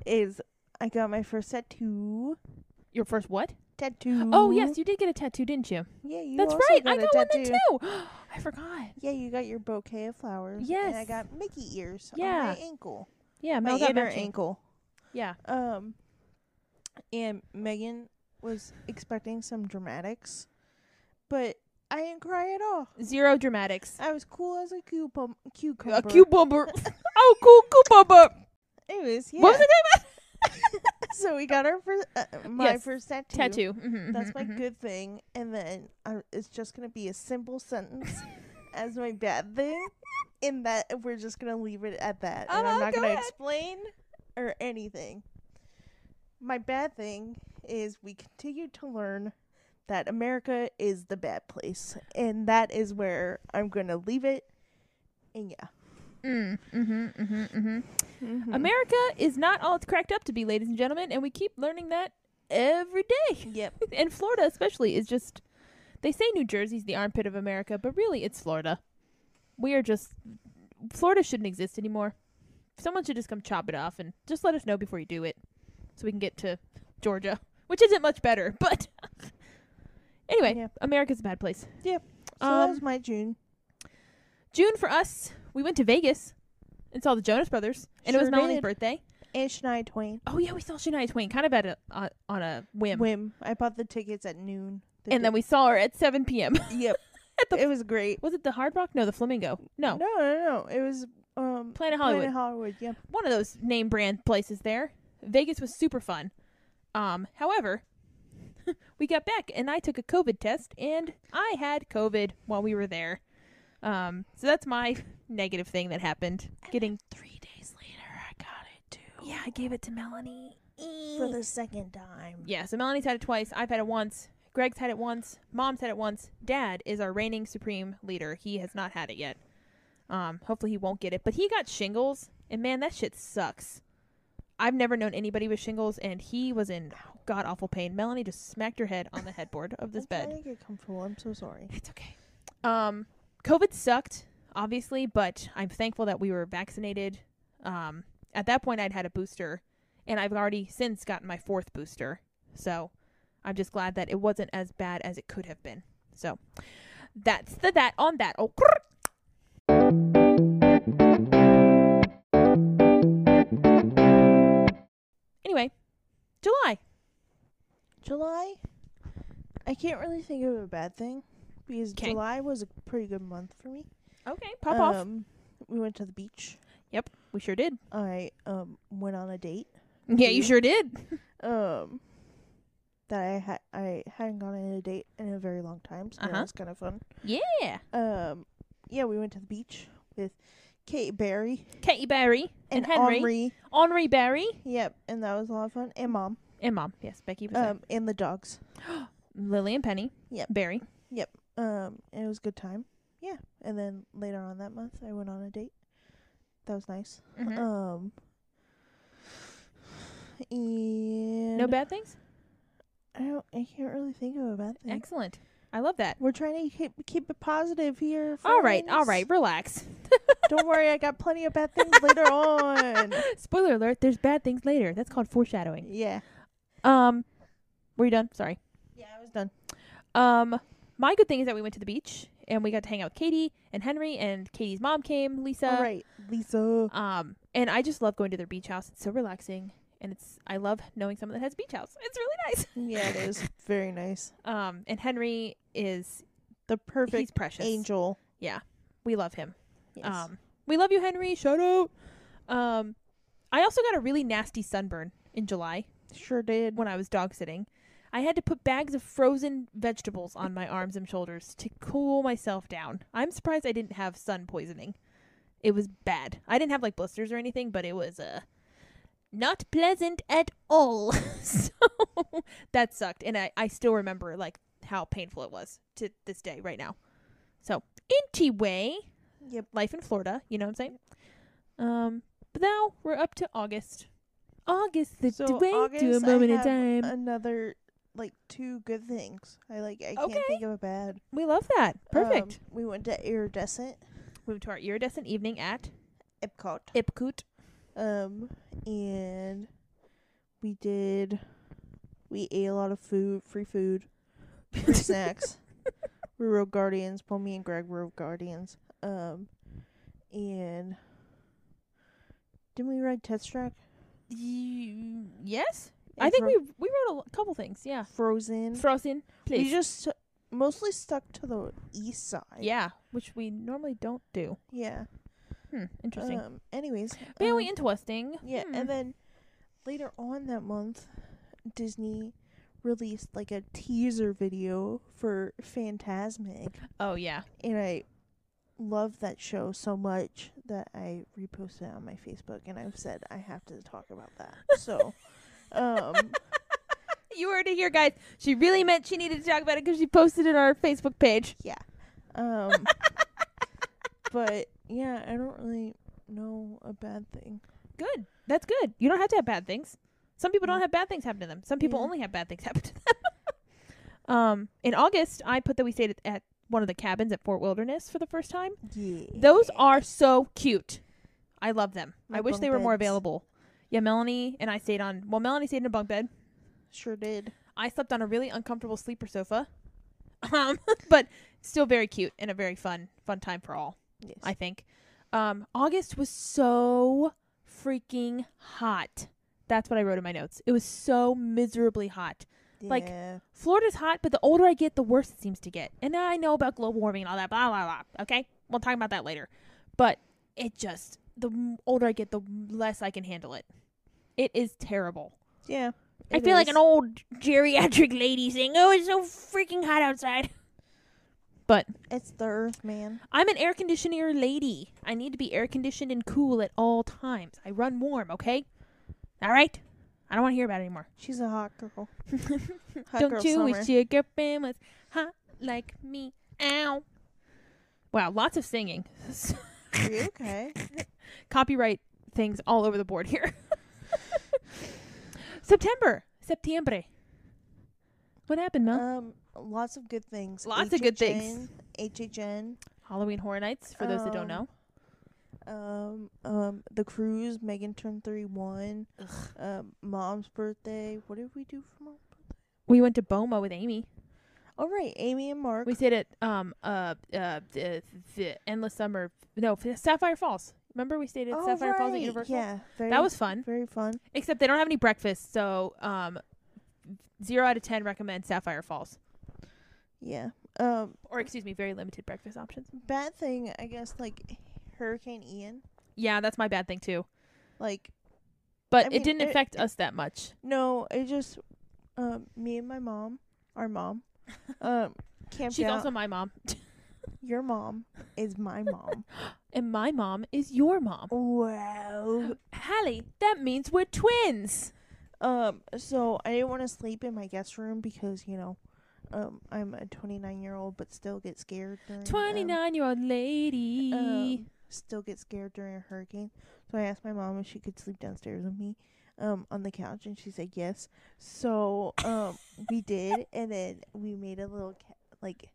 is I got my first tattoo. Your first what? Tattoo. Oh yes, you did get a tattoo, didn't you? Yeah, Mm-hmm. you. That's also right. Got I a got tattoo. one then too. I forgot. Yeah, you got your bouquet of flowers. And I Yes. got Mickey ears Yeah. on my ankle. Yeah, My Mel got inner matching. ankle. Yeah. Um, and Megan was expecting some dramatics, but I didn't cry at all. Zero dramatics. I was cool as a cucum- cucumber. A cucumber. oh, cool cucumber. Anyways, yeah. What was the so we got our first, uh, my Yes. first tattoo. name? Tattoo. Mm-hmm, That's my good thing, and then I, it's just gonna be a simple sentence as my bad thing, in that we're just gonna leave it at that, and Oh, I'm not go gonna ahead. explain or anything. My bad thing is we continue to learn that America is the bad place, and that is where I'm gonna leave it. And yeah, Mm-hmm, mm-hmm, mm-hmm. Hmm. America is not all it's cracked up to be, ladies and gentlemen, and we keep learning that every day. yep, And Florida, especially, is just. They say New Jersey's the armpit of America, but really it's Florida. We are just. Florida shouldn't exist anymore. Someone should just come chop it off and just let us know before you do it so we can get to Georgia, which isn't much better, but. anyway, Yeah. America's a bad place. so that was Um, my June. June for us, we went to Vegas and saw the Jonas Brothers, and it was Sure Melanie's did. birthday. And Shania Twain. Oh yeah, we saw Shania Twain kind of at a on, on a whim. Whim. I bought the tickets at noon. The and then we saw her at 7 p.m. day- yep, the- it was great. was it the Hard Rock? No, the Flamingo. No, No, no, no. It was um Planet Hollywood. Planet Hollywood. Yep. One of those name brand places there. Vegas was super fun. Um, however, we got back and I took a COVID test and I had COVID while we were there. Um, so that's my negative thing that happened. Getting Three days later, I got it too yeah, I gave it to Melanie. E. for the second time. Mm. Yeah, so Melanie's had it twice. I've had it once. Greg's had it once. Mom's had it once. Dad is our reigning supreme leader. He has not had it yet. Um, hopefully he won't get it. But he got shingles, and man, that shit sucks. I've never known anybody with shingles, and he was in god awful pain. Melanie just smacked her head on the headboard of this I'm trying bed. to get comfortable. I'm so sorry. It's okay. Um, COVID sucked, obviously, but I'm thankful that we were vaccinated. Um, at that point, I'd had a booster, and I've already since gotten my fourth booster. So I'm just glad that it wasn't as bad as it could have been. So that's the that on that. Oh, crrrt. Anyway, July. July. I can't really think of a bad thing because 'Kay. July was a pretty good month for me. Okay, pop off. um, We went to the beach. Yep, we sure did. I um went on a date. Yeah, you you. sure did. Um. That I had I hadn't gone on a date in a very long time, so Uh-huh. that was kind of fun. Yeah. Um, yeah, we went to the beach with Kate Barry Katy Berry and, Henry, Henri Omri. Berry, Yep, and that was a lot of fun. And mom, and Mom. Yes, Becky was there. um, and the dogs. Lily and Penny. Yep. Barry. Um, and it was a good time. Yeah, and then later on that month, I went on a date. That was nice. Mhm. Um, and no bad things. I don't. I can't really think of a bad thing. Excellent. I love that. We're trying to keep keep it positive here. All right, all friends. right, relax. don't worry, I got plenty of bad things later on. Spoiler alert: there's bad things later. That's called foreshadowing. Yeah. Um, were you done? Sorry. Yeah, I was done. Um, my good thing is that we went to the beach and we got to hang out with Katie and Henry, and Katie's mom came, Lisa. All right, Lisa. Um, and I just love going to their beach house. It's so relaxing. and it's I love knowing someone that has a beach house. It's really nice. Yeah, it is very nice. Um, and Henry is The he's perfect precious. angel. We love him. Yes. Um, we love you, Henry. Shout out. Um, I also got a really nasty sunburn in July sure did. when I was dog sitting. I had to put bags of frozen vegetables on my arms and shoulders to cool myself down. I'm surprised I didn't have sun poisoning. It was bad. I didn't have like blisters or anything, but it was uh not pleasant at all. so that sucked. And I, I still remember like how painful it was to this day right now. So anyway, Yep. life in Florida, you know what I'm saying? Um but now we're up to August. August the So way to a August, I moment in have time. Another like two good things. I like I Okay. can't think of a bad. We love that. Perfect. Um, we went to Iridescent Move to our iridescent evening at Epcot. Ipkut. Um and we did we ate a lot of food, free food, free snacks. We rode Guardians. Well, me and Greg rode Guardians. Um and didn't we ride Test Track? You- yes, I think we we wrote a l- couple things. Yeah, Frozen. frozen, please. We just stu- mostly stuck to the east side. yeah, which we normally don't do. Yeah. Hmm, interesting. Um. Anyways. Very um, interesting. yeah. Hmm. And then later on that month, Disney released like a teaser video for Fantasmic, oh yeah, and I love that show so much that I reposted it on my Facebook, and I've said I have to talk about that. So, um, you heard it here, guys. She really meant she needed to talk about it because she posted it on our Facebook page. um, but yeah, I don't really know a bad thing. Good. That's good. You don't have to have bad things. Some people don't Yeah. have bad things happen to them. Some people Yeah. only have bad things happen to them. um, in August, I put that we stayed at, at one of the cabins at Fort Wilderness for the first time. Yeah. Those are so cute. I love them. My I wish bunk they were more beds. available. Yeah, Melanie and I stayed on. Well, Melanie stayed in a bunk bed. sure did. I slept on a really uncomfortable sleeper sofa. Um, but still very cute and a very fun fun time for all. Yes. I think. Um, August was so freaking hot. That's what I wrote in my notes. It was so miserably hot. like, Yeah. Florida's hot, but the older I get, the worse it seems to get. And I know about global warming and all that, blah, blah, blah. Okay? We'll talk about that later. But it just, the m- older I get, the less I can handle it. It is terrible. Yeah. I feel like an old geriatric lady saying, oh, it's so freaking hot outside. But It's the Earth, man. I'm an air conditioner lady. I need to be air conditioned and cool at all times. I run warm, okay? All right? I don't want to hear about it anymore. She's a hot girl. Hot Don't girl you summer. wish your girlfriend was hot like me? Ow. Wow, lots of singing. Are you okay? Copyright things all over the board here. September. Septiembre. What happened, Mel? Um, lots of good things. Lots of good things. HHN. Halloween Horror Nights, for those that don't know. um, Um, um, the cruise. Megan turned thirty one. Um, mom's birthday. What did we do for mom? We went to Boma with Amy. Oh right, Amy and Mark. We stayed at um uh uh the, the endless summer no Sapphire Falls. Remember we stayed at oh, Sapphire Falls at right, Universal. Yeah, very, that was fun. very fun. Except they don't have any breakfast, so um, zero out of ten recommend Sapphire Falls. Yeah. Um, Or excuse me, very limited breakfast options. bad thing, I guess, like Hurricane Ian. Yeah, that's my bad thing too. Like But I it mean, didn't it- affect us that much. No, it just um me and my mom, our mom, um camped She's out. also my mom, Your mom is my mom. and my mom is your mom. wow. Hallie, that means we're twins. Um so I didn't want to sleep in my guest room because, you know, um I'm a 29-year-old but still get scared during um, Twenty nine year old lady. um, still get scared during a hurricane. So I asked my mom if she could sleep downstairs with me um on the couch and she said yes. So um we did and then we made a little ca- like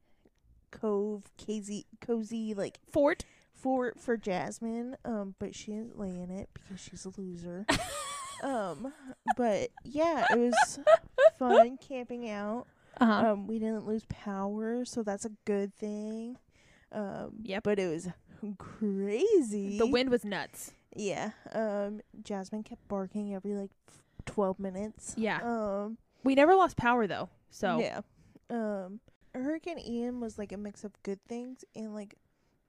cove cozy cozy like Fort. fort for Jasmine um but she didn't lay in it because she's a loser. um but yeah, it was fun camping out. Uh-huh. Um, we didn't lose power, so that's a good thing. Um, Yep. But it was crazy. the wind was nuts. Yeah. Um, Jasmine kept barking every like f- twelve minutes. Yeah. Um. we never lost power though. So yeah. Um. Hurricane Ian was like a mix of good things and like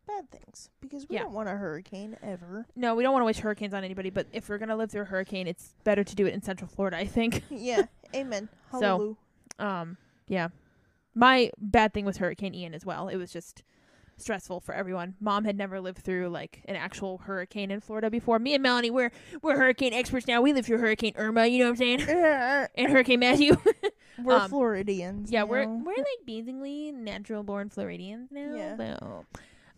bad things because we Yeah. don't want a hurricane ever. no, we don't want to wish hurricanes on anybody, but if we're going to live through a hurricane, it's better to do it in central Florida, I think. yeah. Amen. So- Hallelujah. Um, yeah. My bad thing was Hurricane Ian as well. It was just stressful for everyone. Mom had never lived through like an actual hurricane in Florida before. Me and Melanie, we're we're hurricane experts now. We lived through Hurricane Irma, you know what I'm saying? we're And Hurricane Matthew. Um, Floridians. yeah, we're now. we're like basically natural born Floridians now. Yeah. though.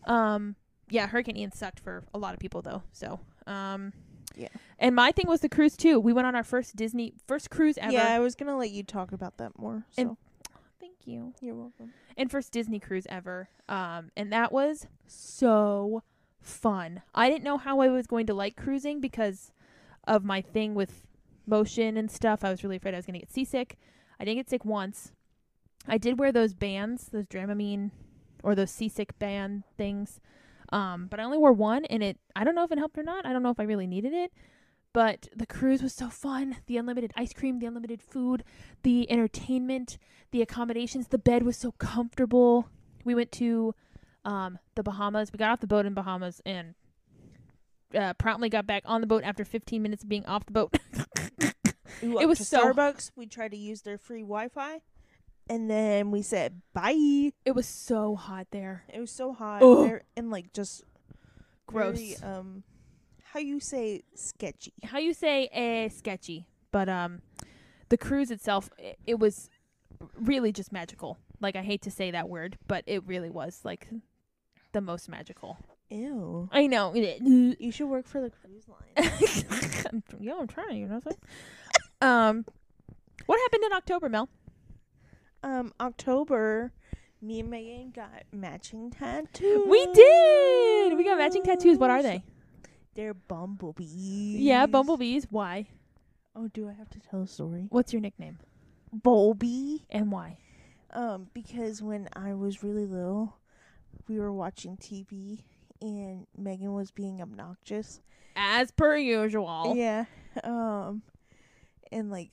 Um yeah, Hurricane Ian sucked for a lot of people though. So, um Yeah. And my thing was the cruise too. We went on our first Disney first cruise ever. Yeah, I was gonna let you talk about that more. So And- Thank you. you're welcome. and first Disney cruise ever. Um, and that was so fun. I didn't know how I was going to like cruising because of my thing with motion and stuff. I was really afraid I was going to get seasick. I didn't get sick once. I did wear those bands, those Dramamine or those seasick band things. Um, but I only wore one and it I don't know if it helped or not. I don't know if I really needed it. But the cruise was so fun. The unlimited ice cream, the unlimited food, the entertainment, the accommodations the bed was so comfortable we went to um, the bahamas we got off the boat in bahamas and uh, promptly got back on the boat after 15 minutes of being off the boat We It walked was to so- Starbucks. We tried to use their free Wi-Fi, and then we said bye. it was so hot there It was so hot Ugh. there, and like just gross very, um, how you say sketchy? how you say eh, sketchy but um the cruise itself it, it was really just magical like i hate to say that word but it really was like the most magical Ew. i know it- You should work for the cruise line. I'm, yeah, I'm trying. You know what I'm saying? Um, what happened in October, Mel? um, October, me and Megan got matching tattoos. We did. We got matching tattoos. What are they? They're bumblebees. Yeah, bumblebees. Why? Oh, do I have to tell a story? What's your nickname Bulbee. and why? Um, because when I was really little, we were watching TV and Megan was being obnoxious. As per usual. Yeah. Um, and like,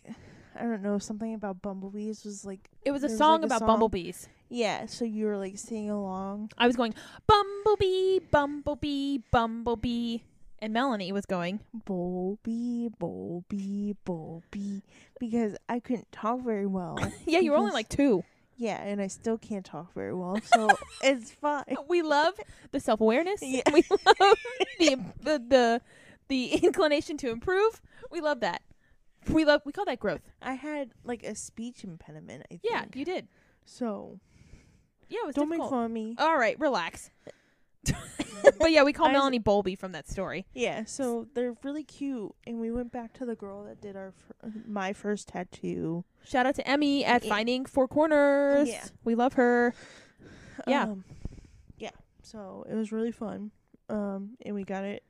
I don't know, something about bumblebees was like, It was a There was, song like, a about song. bumblebees. yeah. So you were like singing along. I was going bumblebee, bumblebee, bumblebee, and Melanie was going. Bulbee, bulbee, bulbee, because I couldn't talk very well. Yeah, you were only Because- like two. yeah, and I still can't talk very well, so it's fine. We love the self awareness. Yeah. We love the, the the the inclination to improve. We love that. We love. We call that growth. I had like a speech impediment. I think. Yeah, you did. So Yeah, it was don't difficult. make fun of me. All right, relax. but yeah, we call I- Melanie Bowlby from that story. Yeah, so they're really cute, and we went back to the girl that did our fir- my first tattoo. Shout out to Emmy at Yeah. Finding Four Corners. Yeah. We love her. Yeah. um, yeah. So it was really fun, um, and we got it,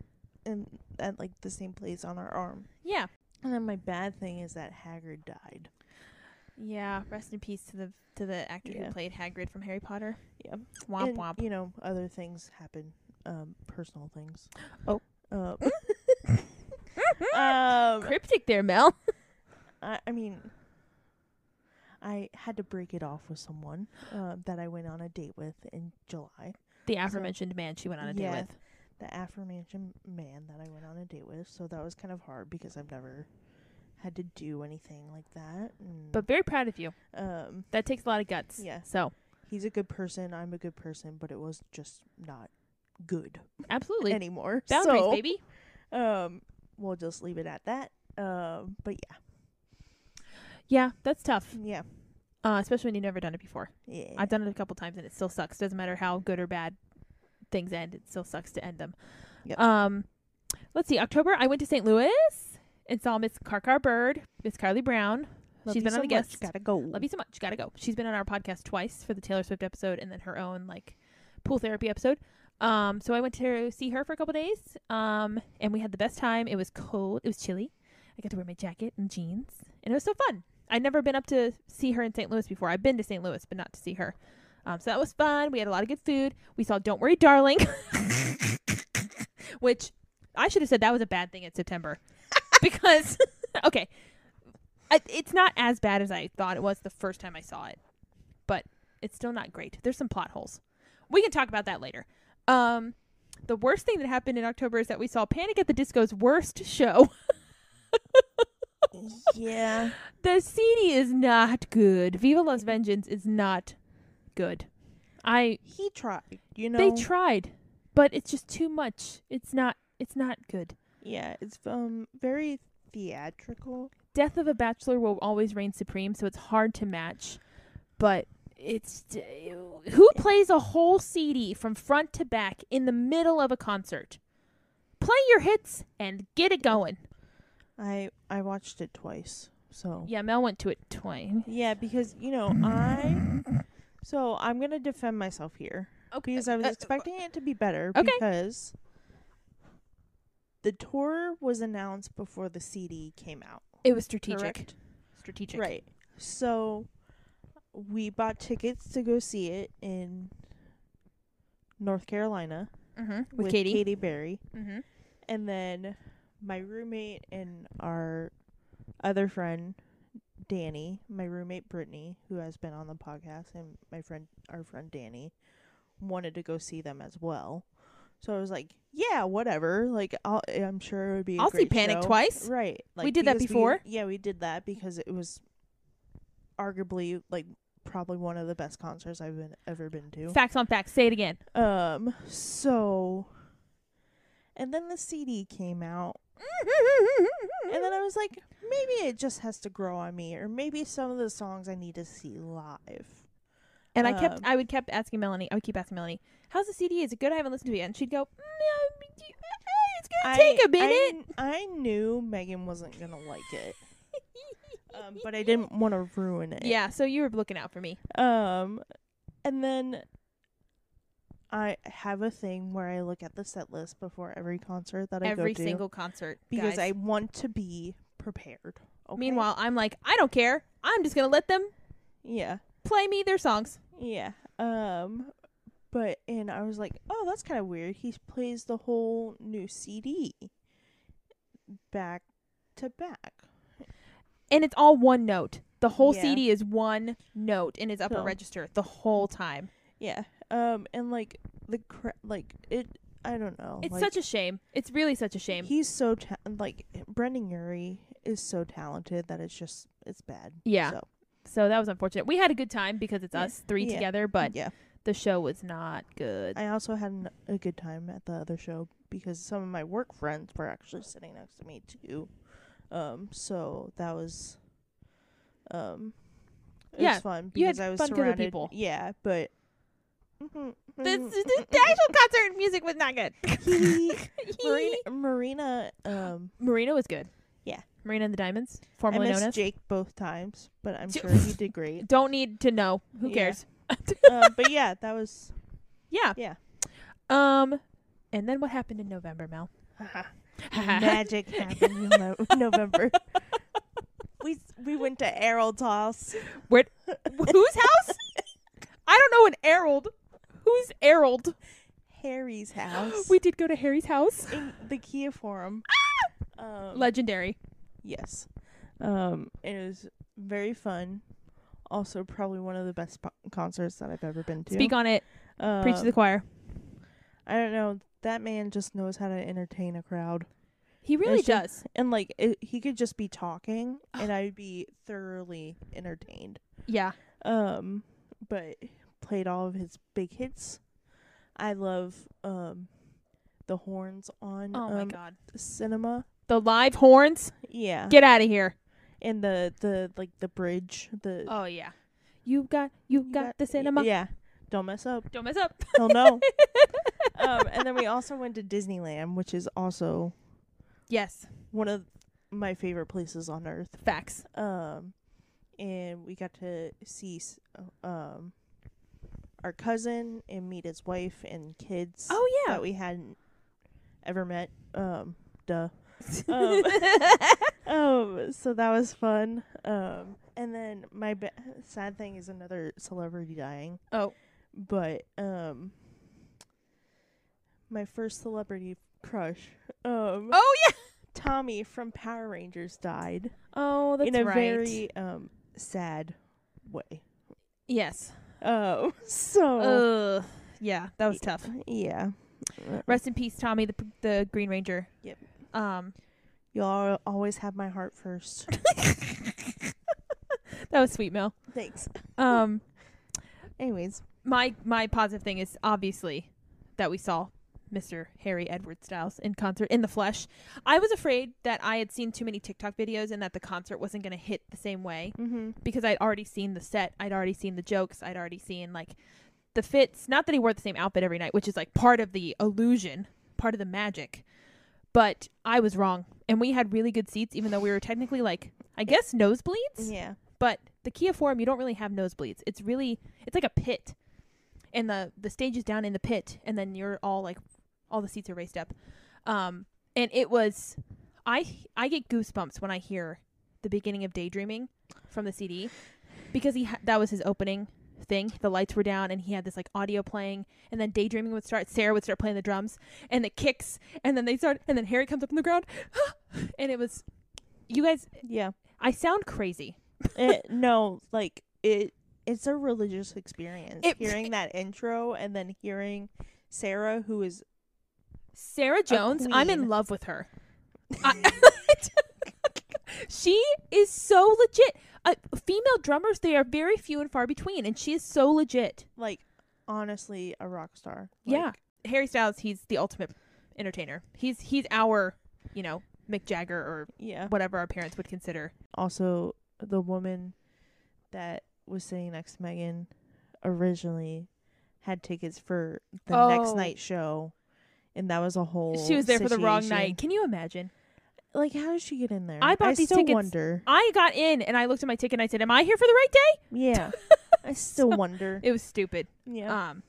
and at like the same place on our arm. Yeah. And then my bad thing is that Haggard died. Yeah. Rest in peace to the to the actor Yeah. who played Hagrid from Harry Potter. Yeah. Womp and, womp. You know, other things happen, um, personal things. Oh. Uh, um, Cryptic there, Mel. I, I mean, I had to break it off with someone uh, that I went on a date with in July. The aforementioned man she went on a date Yeah. with. The aforementioned man that I went on a date with. So that was kind of hard because I've never had to do anything like that. And, But very proud of you. um, That takes a lot of guts. Yeah. So he's a good person. I'm a good person, but it was just not good absolutely. anymore. Boundaries, so, baby. Um, we'll just leave it at that. Um, but Yeah, that's tough. yeah, Uh, especially when you've never done it before. yeah, yeah. I've done it a couple times and it still sucks. Doesn't matter how good or bad things end, it still sucks to end them. Yep. Um, let's see. October, I went to St. Louis and saw Miss Carcar Bird, Miss Carly Brown. Love she's you been on so the much. guest. Gotta go. Love you so much. Gotta go. She's been on our podcast twice for the Taylor Swift episode and then her own like pool therapy episode. Um, so I went to see her for a couple days. Um, and we had the best time. It was cold. It was chilly. I got to wear my jacket and jeans, and it was so fun. I'd never been up to see her in St. Louis before. I've been to St. Louis, but not to see her. Um, so that was fun. We had a lot of good food. We saw Don't Worry, Darling, which I should have said that was a bad thing in September because okay, I, it's not as bad as I thought it was the first time I saw it, but it's still not great. There's some plot holes. We can talk about that later. Um, the worst thing that happened in October is that we saw Panic at the Disco's worst show. yeah. the CD is not good. Viva Las Vengeance is not good. I He tried, you know. they tried, but it's just too much. It's not. It's not good. yeah, it's um very theatrical. Death of a Bachelor will always reign supreme, so it's hard to match. But it's who plays a whole CD from front to back in the middle of a concert. Play your hits and get it going. I I watched it twice. So Yeah, Mel went to it twice. Yeah, because you know, I so I'm gonna defend myself here. Okay, Because I was uh, expecting it to be better Okay. because the tour was announced before the CD came out. it was strategic. correct? Strategic. Right. So we bought tickets to go see it in North Carolina Mm-hmm. With, Katie. Katy Berry. Mm-hmm. And then my roommate and our other friend Danny, my roommate Brittany, who has been on the podcast, and my friend our friend Danny wanted to go see them as well. So I was like, yeah, whatever. Like I'll, I'm sure it would be. a I'll see great Panic show. twice. Right. Like, did that because before. yeah, we did that because it was arguably like probably one of the best concerts I've been ever been to. Facts on facts. Say it again. Um, so and then the CD came out. And then I was like, maybe it just has to grow on me or maybe some of the songs I need to see live. And I kept, Um, I would kept asking Melanie. I would keep asking Melanie, "How's the CD? Is it good? I haven't listened to it yet." And she'd go, "Mm, yeah, eh, "It's gonna take a minute." I, I knew Megan wasn't going to like it. Um, but I didn't want to ruin it. Yeah, so you were looking out for me. Um, and then I have a thing where I look at the set list before every concert that I Every go to single concert, because guys. I want to be prepared. Okay? Meanwhile, I'm like, I don't care. I'm just gonna let them yeah, play me their songs. yeah. Um, but and I was like, oh, that's kind of weird. He plays the whole new CD back to back. and it's all one note. The whole Yeah. CD is one note in its upper So- register the whole time. Yeah. Um, and like the cra- like it. I don't know. It's like, such a shame. It's really such a shame. He's so ta- like Brendan Urie is so talented that it's just it's bad. Yeah. So, so that was unfortunate. We had a good time because it's Yeah. us three Yeah. together, but yeah, the show was not good. I also had an, a good time at the other show because some of my work friends were actually sitting next to me too. Um, so that was, um, it Yeah, was fun you had because I was fun with other surrounded. people. Yeah, but This- this- the, actual concert music was not good. Marina, Marina, um, Marina was good. Yeah. Marina and the Diamonds, I formerly known missed as. Jake both times, but I'm J- sure he did great. Don't need to know. Who Yeah. cares? um, but yeah, that was Yeah. Yeah. Um, and then what happened in November, Mel? magic happened in Lo- November. We we went to Errol Toss. Where, whose house? I don't know an Harold. Who's Harold? Harry's house. We did go to Harry's house. in the Kia Forum. Ah! Um, Legendary. yes, um, it was very fun. Also, probably one of the best po- concerts that I've ever been to. Speak on it. um, Preach to the choir. I don't know. That man just knows how to entertain a crowd, He really there's does. and like it, he could just be talking, Ah. and I'd be thoroughly entertained. Yeah. um but played all of his big hits i love um the horns on Oh my um, god. cinema The live horns. yeah Get out of here. and the the like the bridge the Oh yeah. You got you, you got, the cinema. yeah don't mess up Don't mess up. hell no um and then we also went to disneyland which is also Yes. one of my favorite places on earth Facts. um and we got to see s- um our cousin and meet his wife and kids Oh yeah. that we hadn't ever met um duh um, um so that was fun um and then my ba- sad thing is another celebrity dying oh. but um my first celebrity crush um Oh yeah. Tommy from Power Rangers died Oh, that's in a right. very um sad way. yes. Um, so Oh. Ugh. Yeah, that was tough. yeah, Rest in peace, Tommy, the the Green Ranger. Yep. Um, y'all always have my heart first. that was sweet, Mel. Thanks. Um, Anyways, my my positive thing is obviously that we saw Mr. Harry Edward Styles in concert in the flesh. I was afraid that I had seen too many TikTok videos and that the concert wasn't going to hit the same way mm-hmm. because I'd already seen the set, I'd already seen the jokes, I'd already seen like the fits. Not that he wore the same outfit every night, which is like part of the illusion, part of the magic. But I was wrong, and we had really good seats, even though we were technically like I guess nosebleeds yeah, but the Kia Forum, you don't really have nosebleeds. It's really it's like a pit, and the the stage is down in the pit, and then you're all like, all the seats are raised up, um, and it was, I I get goosebumps when I hear the beginning of Daydreaming from the CD, because he ha- that was his opening thing. The lights were down, and he had this like audio playing, and then Daydreaming would start. Sarah would start playing the drums and the kicks, and then they start, and then Harry comes up on the ground, and it was, you guys, yeah. I sound crazy. it, no, like it. It's a religious experience. It- hearing that intro and then hearing Sarah, who is Sarah Jones, I'm in Oh, queen. love with her. I, she is so legit. Uh, female drummers, they are very few and far between, and she is so legit. like honestly a rock star. yeah, Harry Styles, he's the ultimate entertainer. He's he's our, you know, Mick Jagger or Yeah. whatever our parents would consider. Also, the woman that was sitting next to Megan originally had tickets for the next Oh. night show, and that was a whole. she was there for the wrong night. situation. Can you imagine? Like, how did she get in there? I bought these still tickets- Wonder. I got in and I looked at my ticket and I said, "Am I here for the right day?" Yeah, I still wonder. It was stupid. Yeah. Um,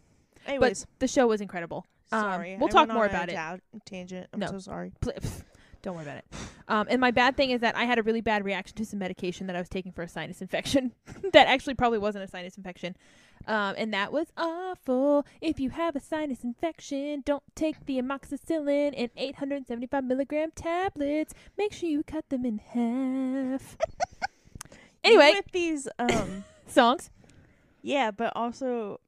Anyways, but the show was incredible. um, sorry. we'll I talk went more on a about it. ta- Tangent. I'm No. so sorry. Pl- pff, Don't worry about it. Um, and my bad thing is that I had a really bad reaction to some medication that I was taking for a sinus infection that actually probably wasn't a sinus infection. Um, and that was awful. If you have a sinus infection, don't take the amoxicillin and 875 milligram tablets. Make sure you cut them in half. anyway, with these um songs. yeah, but also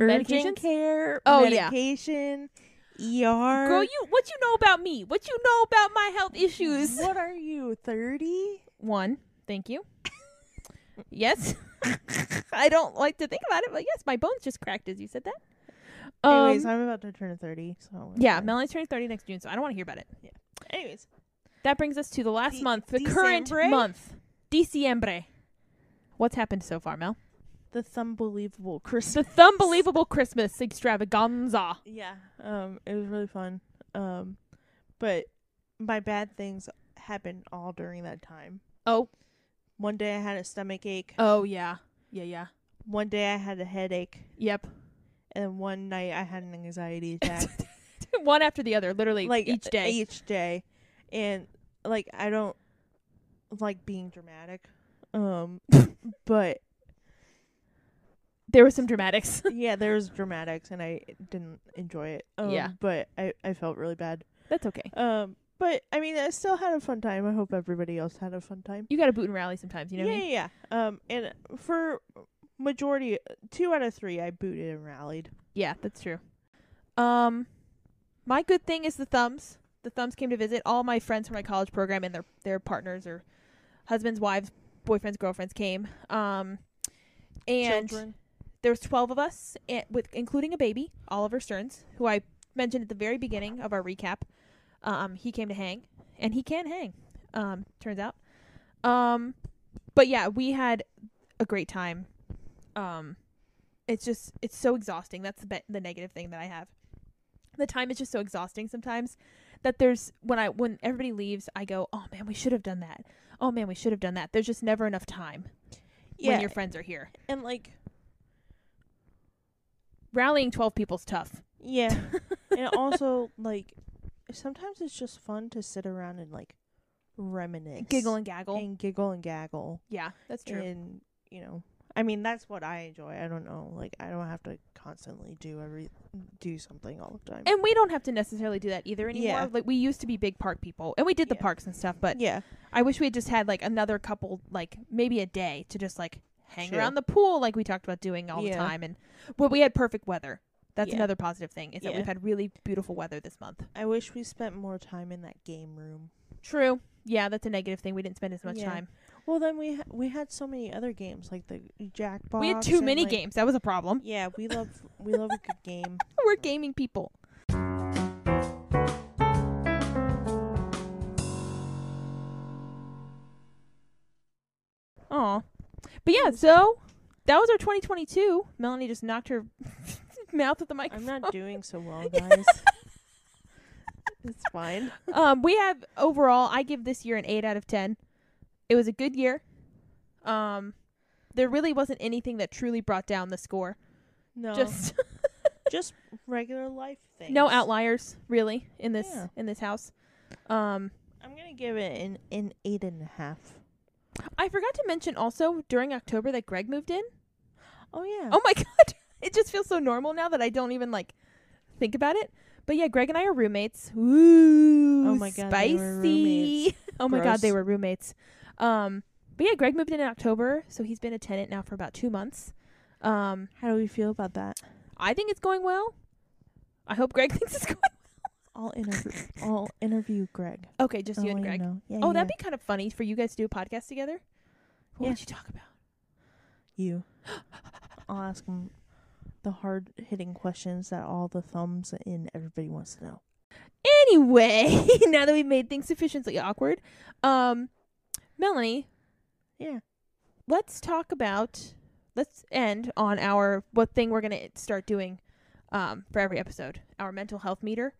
Medications? urgent care, Oh, yeah. medication, ER. Girl, you what you know about me? What you know about my health issues? What are you, 30? One, thank you. yes. I don't like to think about it, but yes, my bones just cracked as you said that. Um, Anyways, I'm about to turn 30, so. yeah, Melanie's turning 30 next June, so I don't want to hear about it. Anyways, That brings us to the last De- month, the current Decembre? month, Diciembre. What's happened so far, Mel? the thumbelievable The Christmas. Thumbelievable Christmas extravaganza. yeah. Um, it was really fun. Um, but my bad things happened all during that time. Oh. One day I had a stomach ache. Oh, yeah. Yeah, yeah. One day I had a headache. Yep. And one night I had an anxiety attack. One after the other, literally like uh, each day. each day and like i don't like being dramatic um but There were some dramatics. yeah there was dramatics and i didn't enjoy it um, Yeah. but i i felt really bad That's okay. um but i mean i still had a fun time i hope everybody else had a fun time You got to boot and rally sometimes, you know yeah what I mean? yeah yeah. um and for majority two out of three i booted and rallied Yeah, that's true. Um, my good thing is the thumbs. The thumbs came to visit all my friends from my college program and their their partners or husbands, wives, boyfriends, girlfriends came. Um, and Children. there was twelve of us, and with including a baby, Oliver Stearns, who I mentioned at the very beginning of our recap. Um, he came to hang, and he can hang. Um, turns out. Um, but yeah, we had a great time. Um, it's just it's so exhausting. That's the be- the negative thing that I have. The time is just so exhausting sometimes that there's when I when everybody leaves, I go, oh man, we should have done that. Oh man, we should have done that. There's just never enough time yeah when your friends are here. and like Rallying twelve people's tough. Yeah. and also like sometimes it's just fun to sit around and like reminisce Giggle and gaggle. and giggle and gaggle. yeah, that's true. And you know, I mean, that's what I enjoy. I don't know. Like, I don't have to constantly do every do something all the time. And we don't have to necessarily do that either anymore. Yeah. Like we used to be big park people, and we did the Yeah. parks and stuff. But yeah, I wish we had just had like another couple, like maybe a day to just like hang Chill. around the pool, like we talked about doing all the Yeah. time. And but we had perfect weather. That's Yeah. another positive thing is that Yeah. we've had really beautiful weather this month. I wish we spent more time in that game room. True. Yeah, that's a negative thing. We didn't spend as much Yeah. time. Well, then we ha- we had so many other games like the Jackbox. we had too and, many like- games. That was a problem. Yeah, we love we love a good game. We're gaming people. Aw. But yeah, so that was our 2022. Melanie just knocked her mouth with the I'm microphone. not doing so well, guys. it's fine. um, we have overall, I give this year an 8 out of 10. It was a good year. Um, there really wasn't anything that truly brought down the score. No, Just just just regular life things. no outliers really in this Yeah. in this house. Um, I'm gonna give it an an eight and a half. I forgot to mention also during October that Greg moved in. Oh yeah. Oh my god. It just feels so normal now that I don't even like think about it. But yeah, Greg and I are roommates. Ooh. Oh my God, they Spicy. were roommates. oh my god, they Gross. were roommates. Um but yeah, Greg moved in in October, so he's been a tenant now for about 2 months. Um How do we feel about that? I think it's going well. I hope Greg thinks it's going. I'll interview. I'll interview Greg. Okay, just you I'll and let Greg. know. Yeah, Oh, yeah. that'd be kind of funny for you guys to do a podcast together. What Yeah. would you talk about? you. I'll ask him the hard hitting questions that all the thumbs in everybody wants to know. Anyway, now that we've made things sufficiently awkward, um, Melanie, Yeah. let's talk about. Let's end on our what thing we're gonna start doing, um, for every episode. Our mental health meter.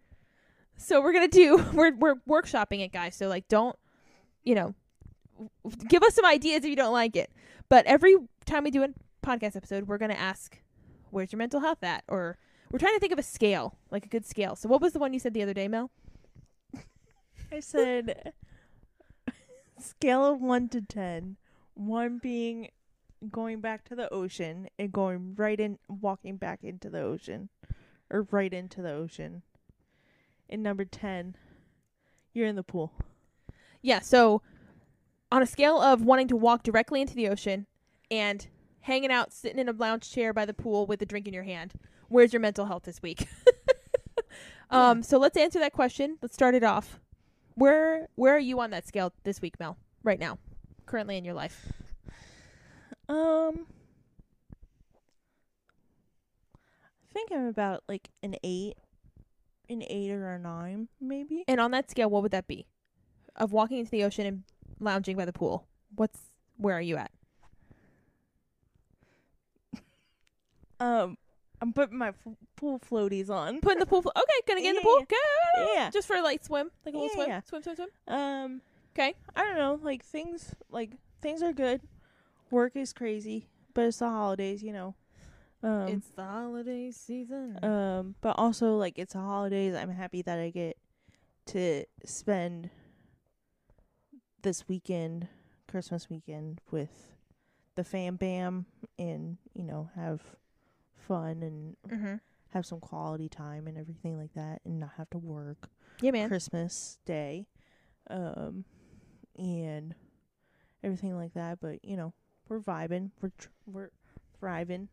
So we're gonna do. We're we're workshopping it, guys. So like, don't, you know, w- give us some ideas if you don't like it. But every time we do a podcast episode, we're gonna ask, "Where's your mental health at?" Or we're trying to think of a scale, like a good scale. So what was the one you said the other day, Mel? I said scale of one to ten. One being going back to the ocean and going right in walking back into the ocean. Or right into the ocean. And number ten, you're in the pool. Yeah, so on a scale of wanting to walk directly into the ocean and hanging out, sitting in a lounge chair by the pool with a drink in your hand, where's your mental health this week? Hmm. um, so let's answer that question. Let's start it off. Where where are you on that scale this week, Mel? Right now, currently in your life. Um I think I'm about like an eight. An eight or a nine, maybe. And on that scale, what would that be? Of walking into the ocean and lounging by the pool. What's where are you at? Um I'm putting my f- pool floaties on. Putting the pool. flo- Okay, gonna get in the Yeah, pool. yeah. Go. Yeah. Just for a light swim, like a little Yeah, swim, yeah. swim, swim, swim. Um. 'Kay. I don't know. Like things. Like things are good. Work is crazy, but it's the holidays, you know. Um. it's the holiday season. um. But also, like, it's the holidays. I'm happy that I get to spend this weekend, Christmas weekend, with the fam bam, and you know, have fun and hmm have some quality time and everything like that, and not have to work. Yeah, man. Christmas Day, um, and everything like that. But you know, we're vibing, we're tr- we're thriving,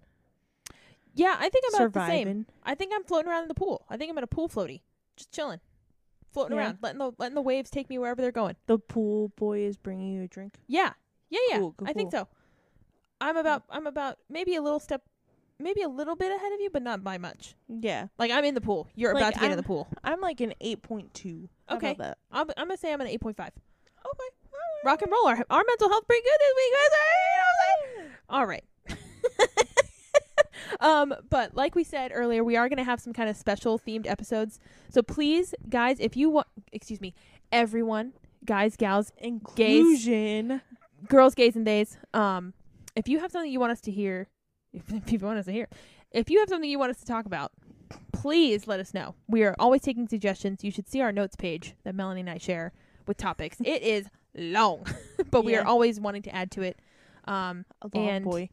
Yeah, I think I'm about the same. surviving. I think I'm floating around in the pool. I think I'm at a pool floaty, just chilling, floating Yeah. around, letting the letting the waves take me wherever they're going. The pool boy is bringing you a drink. Yeah, yeah, yeah. Cool, cool, I think cool. so. I'm about I'm about maybe a little step, maybe a little bit ahead of you, but not by much. Yeah, Like I'm in the pool. You're Like, about to get in I'm- the pool. I'm like an eight point two. Okay. about that? I'm, I'm gonna say I'm an 8.5. Okay. Rock and roll. Our, our mental health pretty good this week. guys. All right. um, but like we said earlier, we are going to have some kind of special themed episodes. So please, guys, if you want, excuse me, everyone, guys, gals, Inclusion. girls, gays, and days, um, if you have something you want us to hear, if, if you want us to hear, if you have something you want us to talk about, please let us know. We are always taking suggestions. You should see our notes page that Melanie and I share with topics. It is long, but we Yeah. are always wanting to add to it. Um, A long And- boy.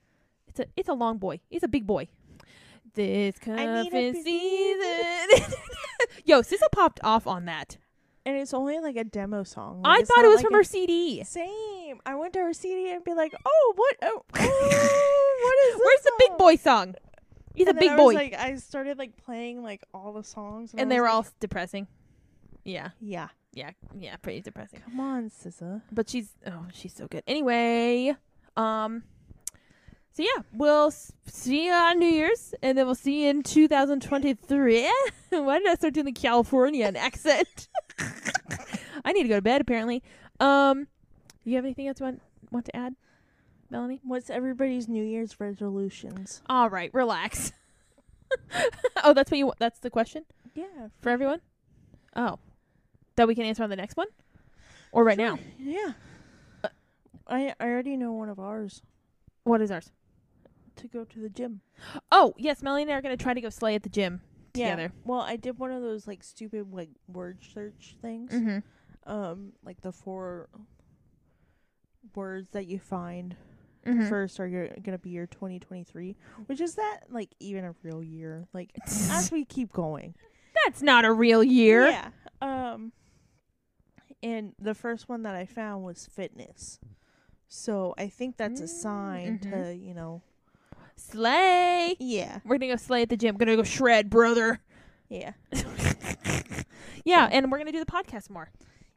It's a it's a long boy. It's a big boy. This I need a cuffing big- season. Yo, SZA popped off on that. and it's only like a demo song. I Like, it's thought not it was like from a- her CD. Same. I went to her CD and be like, oh, what? Oh, oh, what is this? Where's the big song?" boy song? He's And a then big I boy, Was like I started like playing like all the songs, and, and I they was were like, all depressing. Yeah, yeah. yeah, yeah, pretty depressing. Come on, SZA. But she's oh, she's so good. Anyway, um, so yeah, we'll s- see you on New Year's, and then we'll see you in 2023. Why did I start doing the Californian accent? I need to go to bed apparently. Um, you have anything else you want want to add, Melanie? What's everybody's New Year's resolutions? All right, relax. oh, that's what you. wa- That's the question. Yeah, for everyone? Oh, that we can answer on the next one, or right now? yeah. I I already know one of ours What is ours? to go to the gym Oh, yes, Melanie and I are gonna try to go slay at the gym Yeah. together. Well, I did one of those like stupid like word search things. Mm-hmm. Um, like the four words that you find Mhm. first are your, gonna be your 2023, which is that like even a real year? Like as we keep going, Uh, That's not a real year. Yeah. Um and the first one that I found was fitness. So I think that's a sign Mm, to, you know, Slay. yeah. We're gonna go slay at the gym. Gonna go shred, brother. Yeah. Yeah, and we're gonna do the podcast more.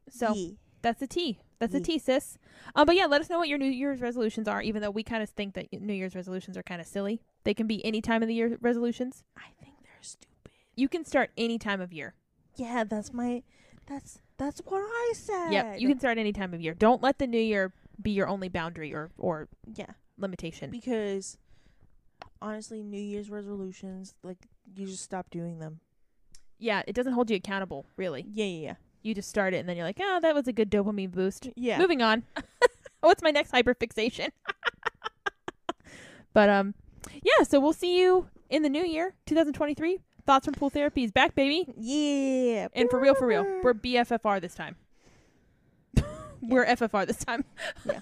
So yeah. that's the T. That's the Ye- T, sis. Um, but yeah, let us know what your New Year's resolutions are. Even though we kind of think that New Year's resolutions are kind of silly, they can be any time of the year resolutions. I think they're stupid. You can start any time of year. Yeah, that's my that's that's what I said. Yep, you can start any time of year. Don't let the new year be your only boundary or or Yeah, limitation. because honestly, New Year's resolutions like you just stop doing them. Yeah, it doesn't hold you accountable, really. Yeah, yeah, You just start it and then you're like, "Oh, that was a good dopamine boost." yeah. Yeah. Moving on. What's my next hyperfixation? but um yeah, so we'll see you in the new year, 2023. Thoughts from Pool Therapy is back, baby. yeah. And for real, for real, we're BFFR this time. we're FFR this time. Yeah.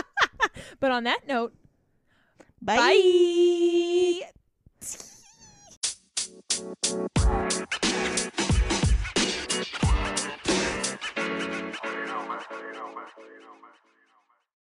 but on that note, Bye. Bye.